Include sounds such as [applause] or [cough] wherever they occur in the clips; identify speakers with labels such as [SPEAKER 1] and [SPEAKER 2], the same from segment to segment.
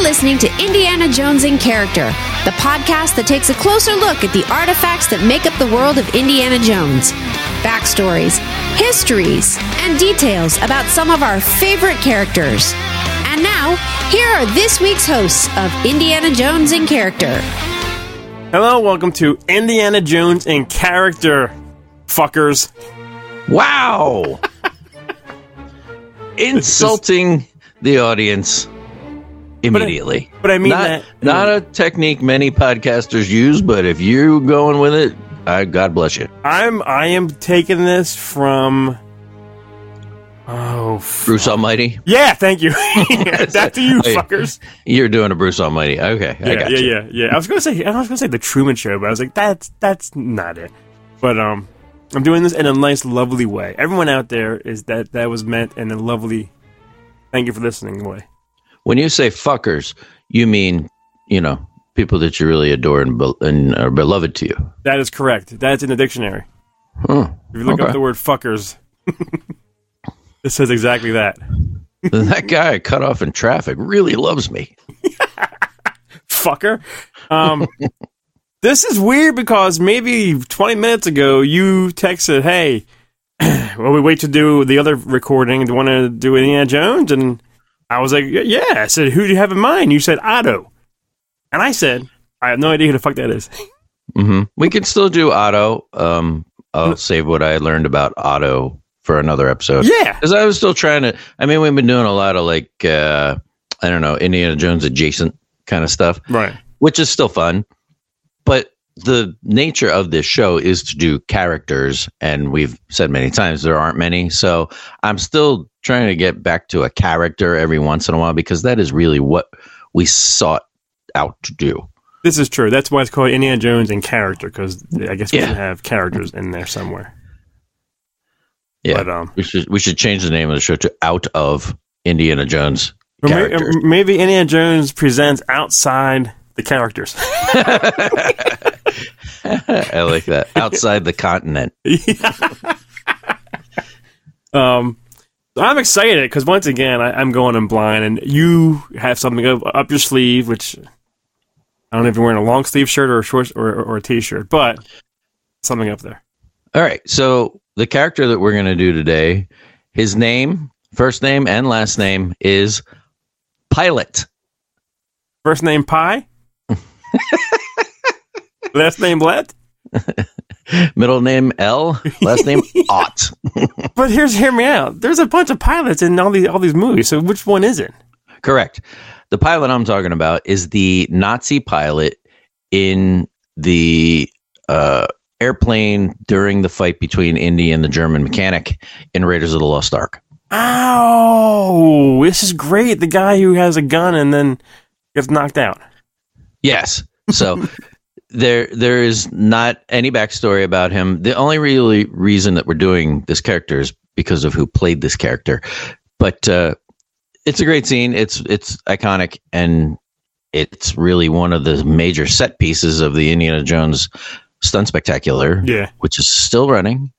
[SPEAKER 1] listening to Indiana Jones in Character, the podcast that takes a closer look at the artifacts that make up the world of Indiana Jones. Backstories, histories, and details about some of our favorite characters. And now, here are this week's hosts of Indiana Jones in Character.
[SPEAKER 2] Hello, welcome to Indiana Jones in character, fuckers. [laughs]
[SPEAKER 3] Wow! Insulting the audience immediately.
[SPEAKER 2] but I mean
[SPEAKER 3] not,
[SPEAKER 2] that-
[SPEAKER 3] not a technique many podcasters use, but if you're going with it, I, God bless you.
[SPEAKER 2] I'm I am taking this from. Oh, f-
[SPEAKER 3] Bruce Almighty.
[SPEAKER 2] yeah, thank
[SPEAKER 3] [laughs]
[SPEAKER 2] you. [laughs] Back to you,
[SPEAKER 3] Oh, yeah.
[SPEAKER 2] fuckers.
[SPEAKER 3] You're doing a Bruce Almighty. Okay, I
[SPEAKER 2] Yeah,
[SPEAKER 3] got
[SPEAKER 2] yeah,
[SPEAKER 3] you.
[SPEAKER 2] yeah, yeah. I was gonna say I was gonna say the Truman Show, but I was like, that's that's not it. But um, I'm doing this in a nice, lovely way. Everyone out there is that that was meant in a lovely, thank you for listening way.
[SPEAKER 3] When you say fuckers, you mean, you know, people that you really adore and, be- and are beloved to you. [laughs]
[SPEAKER 2] That is correct. That's in the dictionary.
[SPEAKER 3] Huh.
[SPEAKER 2] If you look
[SPEAKER 3] Okay.
[SPEAKER 2] up the word fuckers, [laughs] it says exactly that.
[SPEAKER 3] that guy I cut off in traffic really loves me.
[SPEAKER 2] Fucker. Um, [laughs] this is weird because maybe 20 minutes ago you texted, hey, [clears throat] well, we wait to do the other recording. Do you want to do Indiana Jones? And I was like, "Y- yeah. I said, who do you have in mind? You said Otto. And I said, I have no idea who the fuck that is.
[SPEAKER 3] hmm We can still do auto. Um, I'll save what I learned about auto for another episode.
[SPEAKER 2] yeah.
[SPEAKER 3] Because I was still trying to. I mean, we've been doing a lot of like, uh, I don't know, Indiana Jones adjacent kind of stuff,
[SPEAKER 2] Right.
[SPEAKER 3] which is still fun. But the nature of this show is to do characters, and we've said many times there aren't many. So I'm still trying to get back to a character every once in a while because that is really what we sought out to do.
[SPEAKER 2] This is true. That's why it's called Indiana Jones in character because I guess we
[SPEAKER 3] Yeah.
[SPEAKER 2] should have characters in there somewhere.
[SPEAKER 3] Yeah.
[SPEAKER 2] But, um,
[SPEAKER 3] We should we should change the name of the show to Out of Indiana Jones
[SPEAKER 2] Or may-
[SPEAKER 3] characters.
[SPEAKER 2] or maybe Indiana Jones presents outside the characters.
[SPEAKER 3] [laughs] I like that. Outside the continent.
[SPEAKER 2] um, so I'm excited because once again I, I'm going in blind, and you have something up, up your sleeve, which I don't know if you're wearing a long sleeve shirt or a short or, or, or a t-shirt, but something up there.
[SPEAKER 3] All right. So the character that we're going to do today, his name, first name and last name is Pilot.
[SPEAKER 2] First name
[SPEAKER 3] [laughs]
[SPEAKER 2] Pie. Last name Let.
[SPEAKER 3] Middle name L, last name Ott.
[SPEAKER 2] But here's hear me out. There's a bunch of pilots in all these all these movies. So which one is it?
[SPEAKER 3] Correct. The pilot I'm talking about is the Nazi pilot in the uh, airplane during the fight between Indy and the German mechanic in Raiders of the Lost Ark.
[SPEAKER 2] Ow! This is great. The guy who has a gun and then gets knocked out. [laughs]
[SPEAKER 3] Yes. So there there is not any backstory about him. The only really reason that we're doing this character is because of who played this character. But uh, it's a great scene. It's it's iconic and it's really one of the major set pieces of the Indiana Jones stunt spectacular,
[SPEAKER 2] Yeah,
[SPEAKER 3] which is still running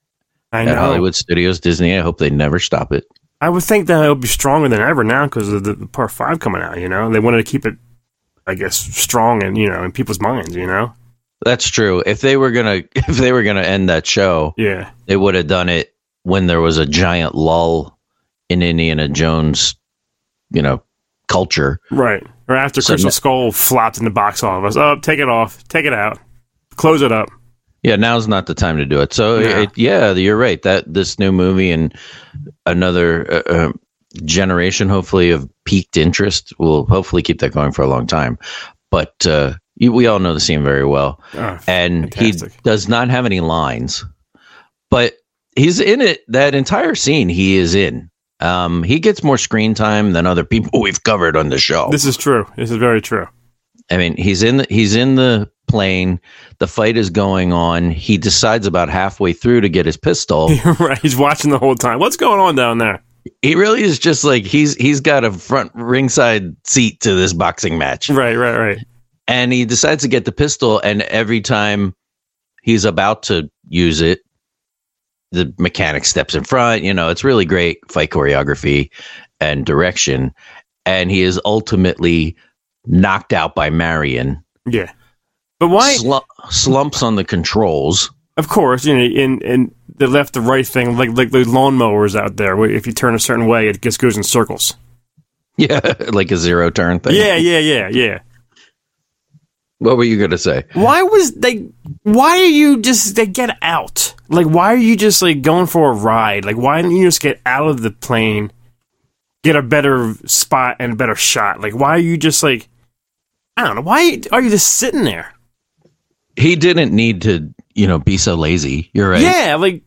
[SPEAKER 2] I know.
[SPEAKER 3] at Hollywood Studios Disney. I hope they never stop it.
[SPEAKER 2] I would think that it'll be stronger than ever now because of the, the part five coming out. You know, they wanted to keep it, I guess, strong and you know in people's minds. You know,
[SPEAKER 3] That's true. If they were gonna [laughs] if they were gonna end that show,
[SPEAKER 2] yeah,
[SPEAKER 3] they would have done it when there was a giant lull in Indiana Jones, you know, culture.
[SPEAKER 2] right. Or after
[SPEAKER 3] So
[SPEAKER 2] Crystal
[SPEAKER 3] no-
[SPEAKER 2] Skull flopped in the box office, oh, take it off, take it out, close it up.
[SPEAKER 3] Yeah, now's not the time to do it. So,
[SPEAKER 2] No.
[SPEAKER 3] it, yeah, you're right. That this new movie and another uh, uh, generation, hopefully, of peaked interest will hopefully keep that going for a long time. But uh, you, we all know the scene very well.
[SPEAKER 2] Oh,
[SPEAKER 3] and he
[SPEAKER 2] Fantastic.
[SPEAKER 3] does not have any lines, but he's in it. That entire scene he is in. Um, he gets more screen time than other people [laughs] we've covered on the show.
[SPEAKER 2] this is true. This is very true. [laughs]
[SPEAKER 3] I mean, he's in the, he's in the plane. The fight is going on. He decides about halfway through to get his
[SPEAKER 2] [laughs]
[SPEAKER 3] pistol.
[SPEAKER 2] right, he's watching the whole time. What's going on down there?
[SPEAKER 3] he really is just like he's he's got a front ringside seat to this boxing match.
[SPEAKER 2] Right, right, right.
[SPEAKER 3] and he decides to get the pistol and every time he's about to use it the mechanic steps in front you know it's really great fight choreography and direction and he is ultimately knocked out by Marion,
[SPEAKER 2] Yeah. But why?
[SPEAKER 3] slu- slumps on the controls. [laughs]
[SPEAKER 2] Of course, you know, in in the left to right thing, like like the lawnmowers out there. where If you turn a certain way, it just goes in circles.
[SPEAKER 3] Yeah, like a zero turn
[SPEAKER 2] [laughs]
[SPEAKER 3] thing.
[SPEAKER 2] Yeah, yeah, yeah, yeah.
[SPEAKER 3] What were you going to say?
[SPEAKER 2] Why was they? Why are you just they get out? Like, why are you just like going for a ride? Like, why didn't you just get out of the plane, get a better spot and a better shot? Like, why are you just like? I don't know. Why are you just sitting there?
[SPEAKER 3] He didn't need to, you know, be so lazy. You're right.
[SPEAKER 2] Yeah, like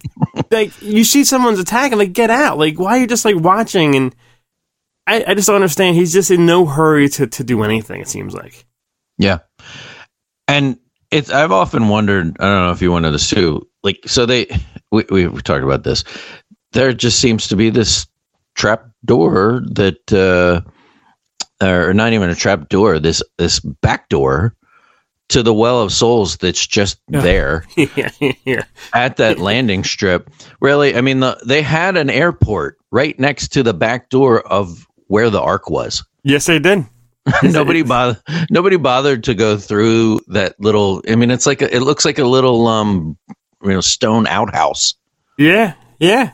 [SPEAKER 2] like you see someone's attacking, like get out. Like why are you just like watching and I, I just don't understand. He's just in no hurry to, to do anything, it seems like. [laughs]
[SPEAKER 3] Yeah. And it's I've often wondered, I don't know if you wanted this too, like so they we we we talked about this. There just seems to be this trap door that uh or not even a trap door, this this back door to the well of souls that's just
[SPEAKER 2] Yeah.
[SPEAKER 3] there
[SPEAKER 2] yeah, yeah.
[SPEAKER 3] at that landing strip. Really, I mean the, they had an airport right next to the back door of where the ark was
[SPEAKER 2] Yes they did.
[SPEAKER 3] nobody bothered nobody bothered to go through that little i mean it's like a, it looks like a little um you know stone outhouse
[SPEAKER 2] Yeah, yeah.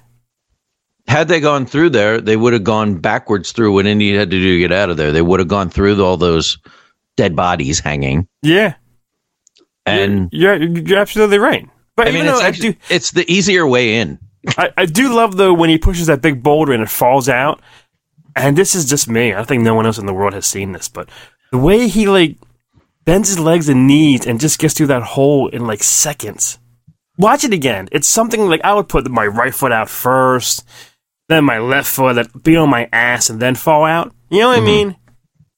[SPEAKER 3] had they gone through there they would have gone backwards through what indy had to do to get out of there they would have gone through all those dead bodies hanging
[SPEAKER 2] Yeah.
[SPEAKER 3] and
[SPEAKER 2] You're you're absolutely right. But
[SPEAKER 3] i mean
[SPEAKER 2] even
[SPEAKER 3] it's,
[SPEAKER 2] though I
[SPEAKER 3] actually-
[SPEAKER 2] do
[SPEAKER 3] it's the easier way in
[SPEAKER 2] I, I do love though when he pushes that big boulder and it falls out. And this is just me. I think no one else in the world has seen this, but the way he like bends his legs and knees and just gets through that hole in like seconds. Watch it again. It's something like I would put my right foot out first, then my left foot, that be on my ass, and then fall out. You know what I mean?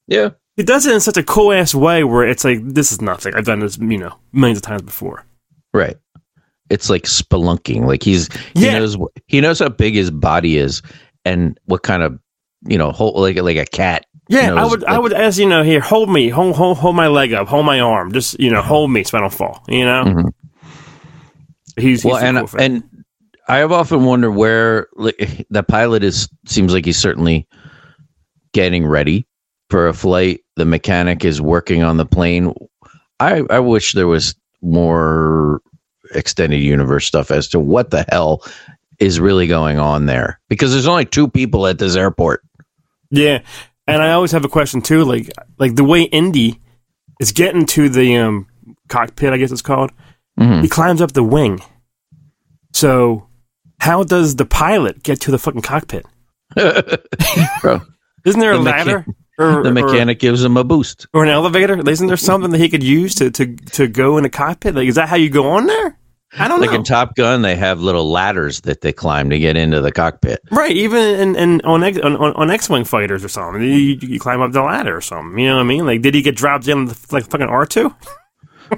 [SPEAKER 3] yeah
[SPEAKER 2] He does it in such a cool ass way where it's like this is nothing. I've done this, you know, millions of times before.
[SPEAKER 3] right it's like spelunking like he's he
[SPEAKER 2] Yeah.
[SPEAKER 3] knows wh- he knows how big his body is and what kind of you know whole like like a cat
[SPEAKER 2] Yeah, I
[SPEAKER 3] knows,
[SPEAKER 2] would.
[SPEAKER 3] like,
[SPEAKER 2] I would ask you know here, hold me, hold, hold, hold my leg up, hold my arm, just you know, hold me so I don't fall. You know,
[SPEAKER 3] Mhm.
[SPEAKER 2] he's, he's
[SPEAKER 3] well
[SPEAKER 2] a
[SPEAKER 3] and
[SPEAKER 2] cool fan.
[SPEAKER 3] and i have often wondered where like, [laughs] the pilot is seems like he's certainly getting ready for a flight the mechanic is working on the plane i i wish there was more extended universe stuff as to what the hell is really going on there because there's only two people at this airport
[SPEAKER 2] yeah, and I always have a question too, like like the way Indy is getting to the um, cockpit, I guess it's called.
[SPEAKER 3] Mhm.
[SPEAKER 2] He climbs up the wing. So, how does the pilot get to the fucking cockpit?
[SPEAKER 3] Bro,
[SPEAKER 2] Isn't there a
[SPEAKER 3] The mechan-
[SPEAKER 2] ladder or
[SPEAKER 3] [laughs] the
[SPEAKER 2] or-
[SPEAKER 3] mechanic gives him a boost
[SPEAKER 2] or, an elevator? Isn't there something that he could use to to to go in the cockpit? Like, is that how you go on there? I don't
[SPEAKER 3] like
[SPEAKER 2] know.
[SPEAKER 3] in top gun they have little ladders that they climb to get into the cockpit
[SPEAKER 2] Right, even in, in on, X, on on on X-wing fighters or something, you, you you climb up the ladder or something. You know what I mean? Like, did he get dropped in with, like fucking R two? [laughs]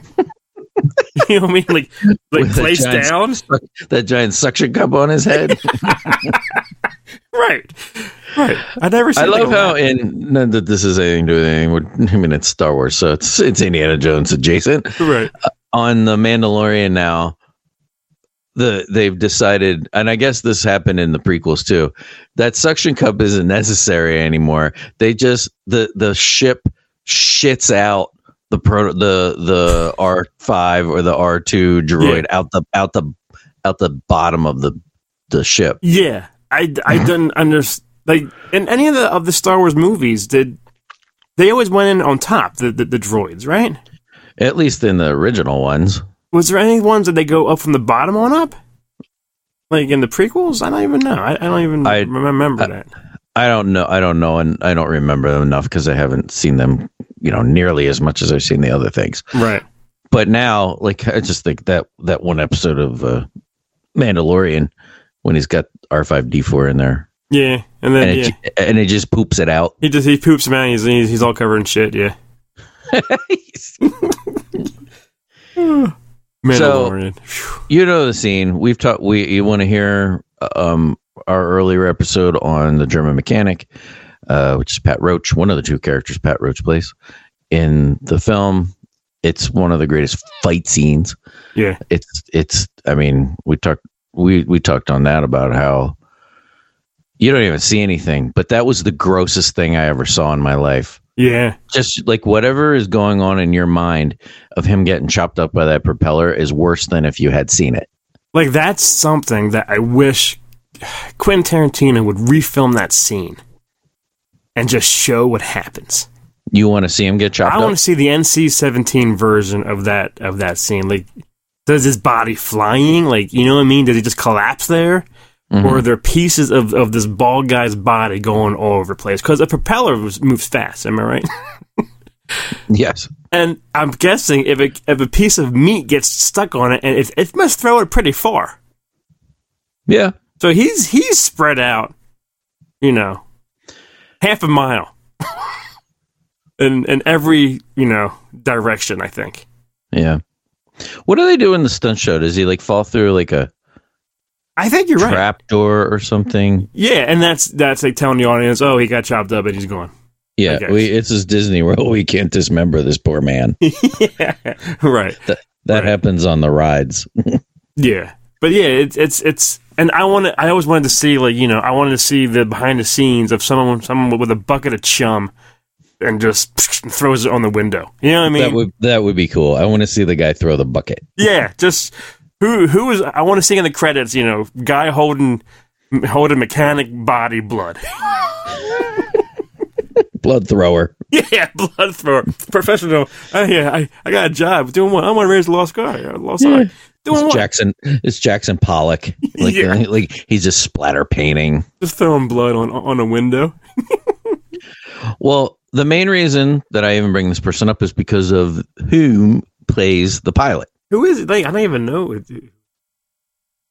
[SPEAKER 2] you know what I mean? Like, like
[SPEAKER 3] [laughs] With a
[SPEAKER 2] placed
[SPEAKER 3] giant-
[SPEAKER 2] down.
[SPEAKER 3] that giant suction cup on
[SPEAKER 2] [laughs]
[SPEAKER 3] his head
[SPEAKER 2] Right, right. I never. Seen
[SPEAKER 3] I love
[SPEAKER 2] like, a
[SPEAKER 3] how
[SPEAKER 2] ladder.
[SPEAKER 3] in not that this is anything to do with anything. we're- I mean, it's Star Wars, so it's it's Indiana Jones adjacent.
[SPEAKER 2] Right.
[SPEAKER 3] On the Mandalorian now, the they've decided, and I guess this happened in the prequels too. That suction cup isn't necessary anymore. They just the the ship shits out the pro the the R five or the R two droid out the out the out the bottom of the the ship.
[SPEAKER 2] Yeah, I I didn't understand. Like in any of the of the Star Wars movies, did they always went in on top the the, the droids? Right.
[SPEAKER 3] At least in the original ones.
[SPEAKER 2] Was there any ones that they go up from the bottom on up? Like in the prequels? I don't even know. I, I don't even
[SPEAKER 3] I-
[SPEAKER 2] rem- remember
[SPEAKER 3] I-
[SPEAKER 2] that.
[SPEAKER 3] I don't know. I don't know, and I don't remember them enough because I haven't seen them, you know, nearly as much as I've seen the other things.
[SPEAKER 2] Right.
[SPEAKER 3] But now, like, I just think that that one episode of uh, Mandalorian when he's got R five D four in there,
[SPEAKER 2] Yeah. And then
[SPEAKER 3] and
[SPEAKER 2] yeah.
[SPEAKER 3] it, ju- and it just poops it out.
[SPEAKER 2] he just he poops him out. He's he's, he's all covered in shit. Yeah. Mandalorian. Phew.
[SPEAKER 3] you know the scene. We've talked. We you want to hear um our earlier episode on the German mechanic, uh, which is Pat Roach, one of the two characters Pat Roach plays in the film. It's one of the greatest fight scenes.
[SPEAKER 2] Yeah.
[SPEAKER 3] it's it's i mean we talked we we talked on that about how you don't even see anything but that was the grossest thing i ever saw in my life
[SPEAKER 2] Yeah.
[SPEAKER 3] Just like whatever is going on in your mind of him getting chopped up by that propeller is worse than if you had seen it.
[SPEAKER 2] Like that's something that I wish Quentin Tarantino would refilm that scene and just show what happens.
[SPEAKER 3] You want to see him get chopped
[SPEAKER 2] I want
[SPEAKER 3] up?
[SPEAKER 2] to see the NC-17 version of that of that scene. Like, does his body flying? Like, you know what I mean? Does he just collapse there, or are there pieces of, of this bald guy's body going all over the place? Because a propeller was, moves fast. Am I right?
[SPEAKER 3] Yes.
[SPEAKER 2] and I'm guessing if a if a piece of meat gets stuck on it, and it, it must throw it pretty far.
[SPEAKER 3] Yeah.
[SPEAKER 2] So he's he's spread out, you know, half a mile, [laughs] in in every you know direction. I think.
[SPEAKER 3] Yeah. What do they do in the stunt show? Does he like fall through like a
[SPEAKER 2] I think you're right.
[SPEAKER 3] trap door or something?
[SPEAKER 2] Yeah, and that's that's like telling the audience, oh, he got chopped up and he's gone. [laughs]
[SPEAKER 3] Yeah,
[SPEAKER 2] guess.
[SPEAKER 3] we, it's his Disney World. [laughs] We can't dismember this
[SPEAKER 2] [laughs]
[SPEAKER 3] poor man.
[SPEAKER 2] right.
[SPEAKER 3] That
[SPEAKER 2] Right.
[SPEAKER 3] happens on the rides.
[SPEAKER 2] Yeah. But yeah, it's it's it's and I want I always wanted to see like you know I wanted to see the behind the scenes of someone someone with a bucket of chum and just [laughs] throws it on the window. You know what I mean?
[SPEAKER 3] that would that would be cool. I want to see the guy throw the bucket.
[SPEAKER 2] yeah. Just who who is I want to see in the credits. You know, guy holding holding mechanic body blood. [laughs]
[SPEAKER 3] Blood thrower.
[SPEAKER 2] Yeah, blood thrower, professional. Oh yeah, I, I got a job doing what? I want to raise a lost guy, uh, lost eye. Doing
[SPEAKER 3] It's
[SPEAKER 2] what?
[SPEAKER 3] Jackson. It's Jackson Pollock. Like,
[SPEAKER 2] Yeah.
[SPEAKER 3] [laughs] like he's just splatter painting.
[SPEAKER 2] Just throwing blood on on a window.
[SPEAKER 3] Well, the main reason that I even bring this person up is because of whom plays the pilot.
[SPEAKER 2] Who is it? Like I don't even know. Is he-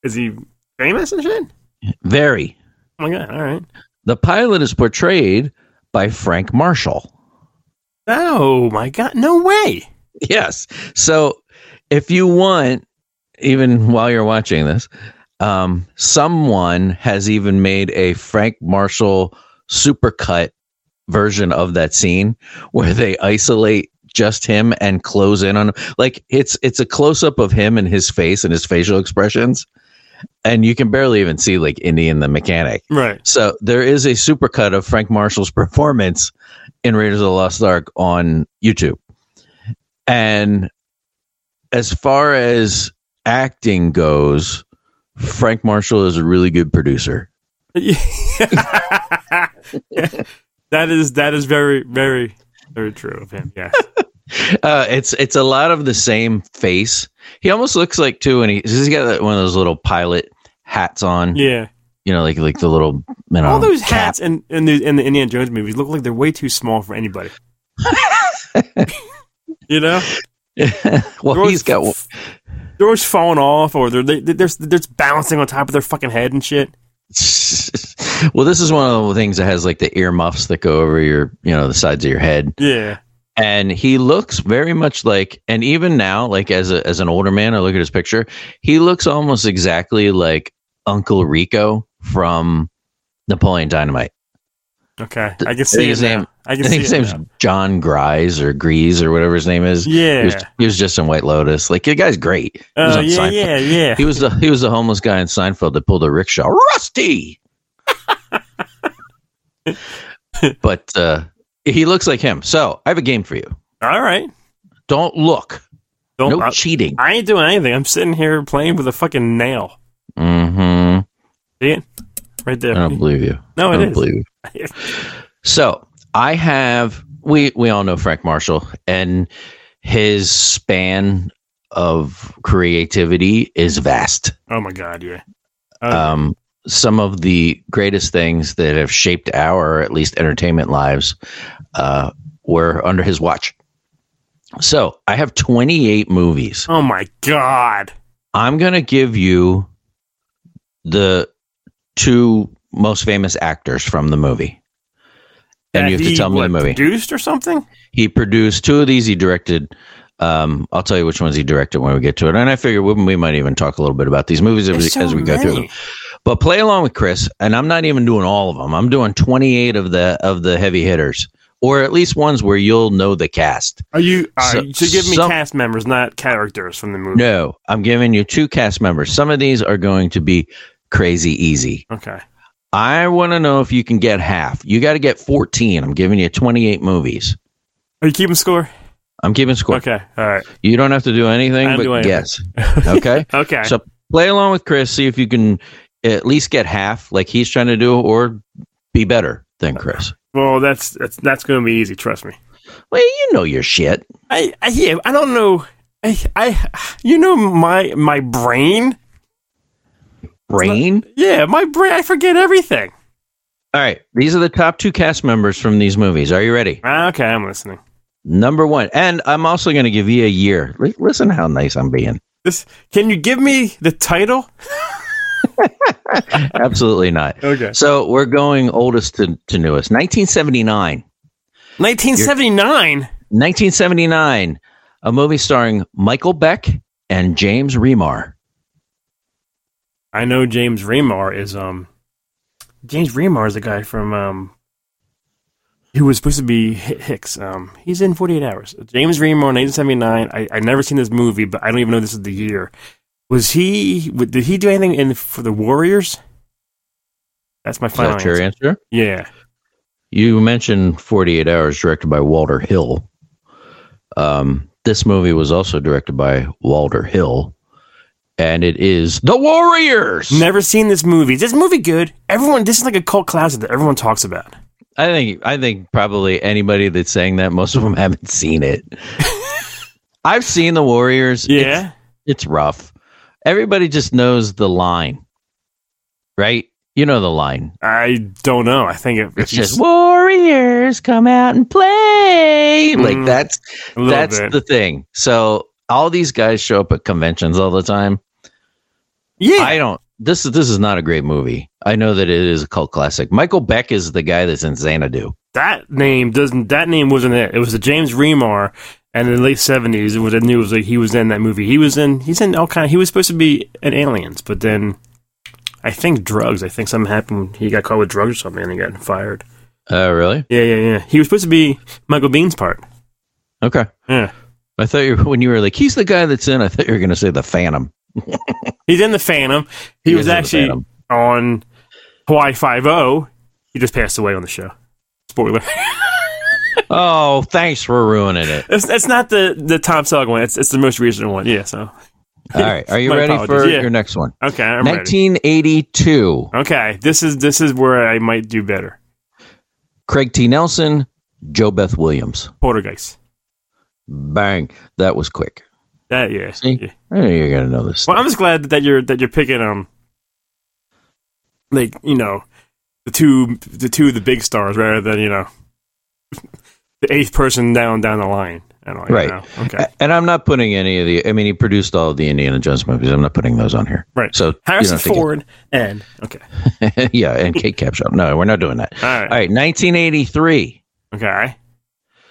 [SPEAKER 2] Is he famous and shit?
[SPEAKER 3] Very.
[SPEAKER 2] Oh my god! All right.
[SPEAKER 3] The pilot is portrayed by Frank Marshall.
[SPEAKER 2] Oh my god! No way.
[SPEAKER 3] [laughs] Yes. So if you want, even while you're watching this, um, someone has even made a Frank Marshall supercut version of that scene where they isolate just him and close in on him. Like it's it's a close up of him and his face and his facial expressions. And you can barely even see like Indy and the mechanic.
[SPEAKER 2] Right. [laughs]
[SPEAKER 3] So there is a supercut of Frank Marshall's [laughs] performance in Raiders of the Lost Ark on YouTube. And as far as acting goes, Frank Marshall is a really good producer.
[SPEAKER 2] that is that is very very very true of him. [laughs] Yes.
[SPEAKER 3] Uh, it's it's a lot of the same face. He almost looks like too, and he, he's got that- one of those little pilot hats on.
[SPEAKER 2] Yeah.
[SPEAKER 3] You know, like like the little you know,
[SPEAKER 2] All those
[SPEAKER 3] cap.
[SPEAKER 2] hats and in, the in the Indiana Jones movies look like they're way too small for
[SPEAKER 3] [laughs]
[SPEAKER 2] anybody. you know,
[SPEAKER 3] well, he's got [laughs] one-
[SPEAKER 2] They're always falling off, or they're they, they're they're just bouncing on top of their fucking head and shit.
[SPEAKER 3] well, this is one of the things that has like the ear muffs that go over your, you know, the sides of your head.
[SPEAKER 2] Yeah.
[SPEAKER 3] And he looks very much like, and even now, like as a, as an older man, I look at his picture, he looks almost exactly like Uncle Rico from Napoleon Dynamite.
[SPEAKER 2] Okay. I can
[SPEAKER 3] I
[SPEAKER 2] see
[SPEAKER 3] think
[SPEAKER 2] his
[SPEAKER 3] his
[SPEAKER 2] name.
[SPEAKER 3] name-
[SPEAKER 2] I
[SPEAKER 3] [laughs] I
[SPEAKER 2] can
[SPEAKER 3] think
[SPEAKER 2] see
[SPEAKER 3] his
[SPEAKER 2] it
[SPEAKER 3] name's
[SPEAKER 2] now.
[SPEAKER 3] John Grise or Grease or whatever his name is. He was,
[SPEAKER 2] Yeah.
[SPEAKER 3] he was just in White Lotus. Like the guy's great. He was
[SPEAKER 2] Oh
[SPEAKER 3] on
[SPEAKER 2] yeah,
[SPEAKER 3] Seinfeld.
[SPEAKER 2] yeah, yeah.
[SPEAKER 3] He was the he was the homeless guy in Seinfeld that pulled a rickshaw.
[SPEAKER 2] [laughs]
[SPEAKER 3] Rusty. but uh, he looks like him. So I have a game for you.
[SPEAKER 2] All right.
[SPEAKER 3] Don't look.
[SPEAKER 2] Don't. uh,
[SPEAKER 3] no
[SPEAKER 2] I,
[SPEAKER 3] cheating.
[SPEAKER 2] I ain't doing anything. I'm sitting here playing with a fucking nail.
[SPEAKER 3] mm-hmm.
[SPEAKER 2] See it? Right there.
[SPEAKER 3] I don't believe you.
[SPEAKER 2] no,
[SPEAKER 3] I
[SPEAKER 2] Oh, it
[SPEAKER 3] don't
[SPEAKER 2] is.
[SPEAKER 3] believe you. So I have we we all know Frank Marshall and his span of creativity is vast.
[SPEAKER 2] Oh my god. Yeah. Uh-huh.
[SPEAKER 3] um, some of the greatest things that have shaped our, at least entertainment lives, uh, were under his watch. So I have 28 movies.
[SPEAKER 2] oh my god.
[SPEAKER 3] I'm going to give you the two most famous actors from the movie. And
[SPEAKER 2] That
[SPEAKER 3] you have to
[SPEAKER 2] he,
[SPEAKER 3] tell me the
[SPEAKER 2] what,
[SPEAKER 3] movie.
[SPEAKER 2] Produced or something?
[SPEAKER 3] He produced two of these. He directed. Um, I'll tell you which ones he directed when we get to it. And I figure we, we might even talk a little bit about these movies as, we
[SPEAKER 2] There's so
[SPEAKER 3] as we go through
[SPEAKER 2] many.
[SPEAKER 3] them. But play along with Chris, and I'm not even doing all of them. I'm doing 28 of the of the heavy hitters, or at least ones where you'll know the cast.
[SPEAKER 2] Are you? Uh,
[SPEAKER 3] So-
[SPEAKER 2] you should give me
[SPEAKER 3] some-
[SPEAKER 2] cast members, not characters from the movie.
[SPEAKER 3] No, I'm giving you two cast members. Some of these are going to be crazy easy.
[SPEAKER 2] Okay.
[SPEAKER 3] I want to know if you can get half. You got to get 14. I'm giving you 28 movies.
[SPEAKER 2] Are you keeping score?
[SPEAKER 3] I'm keeping score.
[SPEAKER 2] Okay. All right.
[SPEAKER 3] You don't have to do anything
[SPEAKER 2] I'm
[SPEAKER 3] but
[SPEAKER 2] doing it. [laughs]
[SPEAKER 3] guess. Okay.
[SPEAKER 2] Okay.
[SPEAKER 3] So play along with Chris. See if you can at least get half, like he's trying to do, or be better than Chris.
[SPEAKER 2] well, that's that's that's going to be easy. Trust me.
[SPEAKER 3] Well, you know your shit.
[SPEAKER 2] I, I yeah. I don't know. I, I you know my my brain.
[SPEAKER 3] Brain.
[SPEAKER 2] Yeah, my brain. I forget everything.
[SPEAKER 3] All right. These are the top two cast members from these movies. Are you ready?
[SPEAKER 2] Ah, Okay, I'm listening.
[SPEAKER 3] Number one. And I'm also going to give you a year. L- listen how nice I'm being.
[SPEAKER 2] This. Can you give me the title?
[SPEAKER 3] Absolutely not.
[SPEAKER 2] [laughs] Okay.
[SPEAKER 3] So we're going oldest to, to newest. 1979.
[SPEAKER 2] 1979.
[SPEAKER 3] 1979. A movie starring Michael Beck and James Remar.
[SPEAKER 2] I know James Remar is um. James Remar is a guy from um. Who was supposed to be Hi- Hicks? Um, he's in Forty Eight Hours. James Remar, 1979. I I never seen this movie, but I don't even know this is the year. Was he? w- Did he do anything in for the Warriors? That's my
[SPEAKER 3] Is
[SPEAKER 2] final
[SPEAKER 3] that your
[SPEAKER 2] answer.
[SPEAKER 3] answer?
[SPEAKER 2] Yeah.
[SPEAKER 3] You mentioned 48 Hours, directed by Walter Hill. Um, this movie was also directed by Walter Hill, and it is The Warriors.
[SPEAKER 2] Never seen this movie. Is this movie good? Everyone, this is like a cult classic that everyone talks about.
[SPEAKER 3] I think I think probably anybody that's saying that, most of them [laughs] haven't
[SPEAKER 2] [laughs]
[SPEAKER 3] seen it. I've seen The Warriors. It's,
[SPEAKER 2] Yeah.
[SPEAKER 3] it's rough. Everybody just knows the line, right? You know the line.
[SPEAKER 2] I don't know. I think it,
[SPEAKER 3] It's just Warriors come out and play.
[SPEAKER 2] Mm.
[SPEAKER 3] Like that's
[SPEAKER 2] a little
[SPEAKER 3] That's
[SPEAKER 2] bit.
[SPEAKER 3] the thing. So all these guys show up at conventions all the time.
[SPEAKER 2] yeah.
[SPEAKER 3] I don't. This is this is not a great movie. I know that it is a cult classic. Michael Beck is the guy that's in Xanadu.
[SPEAKER 2] that name doesn't that name wasn't it. It was the James Remar and in the late seventies it was I knew it was like he was in that movie. He was in he's in all kind he was supposed to be in aliens, but then I think drugs. I think something happened he got caught with drugs or something and he got fired.
[SPEAKER 3] Oh, really?
[SPEAKER 2] Yeah, yeah, yeah. He was supposed to be Michael Bean's part.
[SPEAKER 3] Okay.
[SPEAKER 2] Yeah.
[SPEAKER 3] I thought you when you were like he's the guy that's in. I thought you were going to say the Phantom.
[SPEAKER 2] He's in the Phantom. He,
[SPEAKER 3] He
[SPEAKER 2] was
[SPEAKER 3] is in The
[SPEAKER 2] actually
[SPEAKER 3] Phantom.
[SPEAKER 2] on Hawaii Five O. He just passed away on the show. Spoiler. [laughs]
[SPEAKER 3] Oh, thanks for ruining [laughs] it.
[SPEAKER 2] it's, it's not the the Tom Selleck one. It's, it's the most recent one. Yeah. So
[SPEAKER 3] All right. Are you
[SPEAKER 2] My
[SPEAKER 3] ready
[SPEAKER 2] apologies.
[SPEAKER 3] for
[SPEAKER 2] Yeah.
[SPEAKER 3] your next one?
[SPEAKER 2] okay, I'm ready.
[SPEAKER 3] 1982.
[SPEAKER 2] Okay, this is this is where I might do better.
[SPEAKER 3] Craig T. Nelson, Joe Beth Williams.
[SPEAKER 2] Poltergeist.
[SPEAKER 3] Bang. That was quick.
[SPEAKER 2] That yeah.
[SPEAKER 3] See?
[SPEAKER 2] yeah.
[SPEAKER 3] I knew you were going to know this.
[SPEAKER 2] Well, I'm just glad that you're that you're picking um, like you know, the two the two of the big stars rather than you know, [laughs] the eighth person down down the line. I don't you
[SPEAKER 3] Right.
[SPEAKER 2] know. Okay.
[SPEAKER 3] A- And I'm not putting any of the. I mean, he produced all of the Indiana Jones movies. I'm not putting those on here.
[SPEAKER 2] Right.
[SPEAKER 3] So you
[SPEAKER 2] Harrison
[SPEAKER 3] don't have
[SPEAKER 2] Ford and okay.
[SPEAKER 3] to get- [laughs] yeah, and Kate Capshaw. No, we're not doing that.
[SPEAKER 2] All right.
[SPEAKER 3] All right, 1983.
[SPEAKER 2] Okay.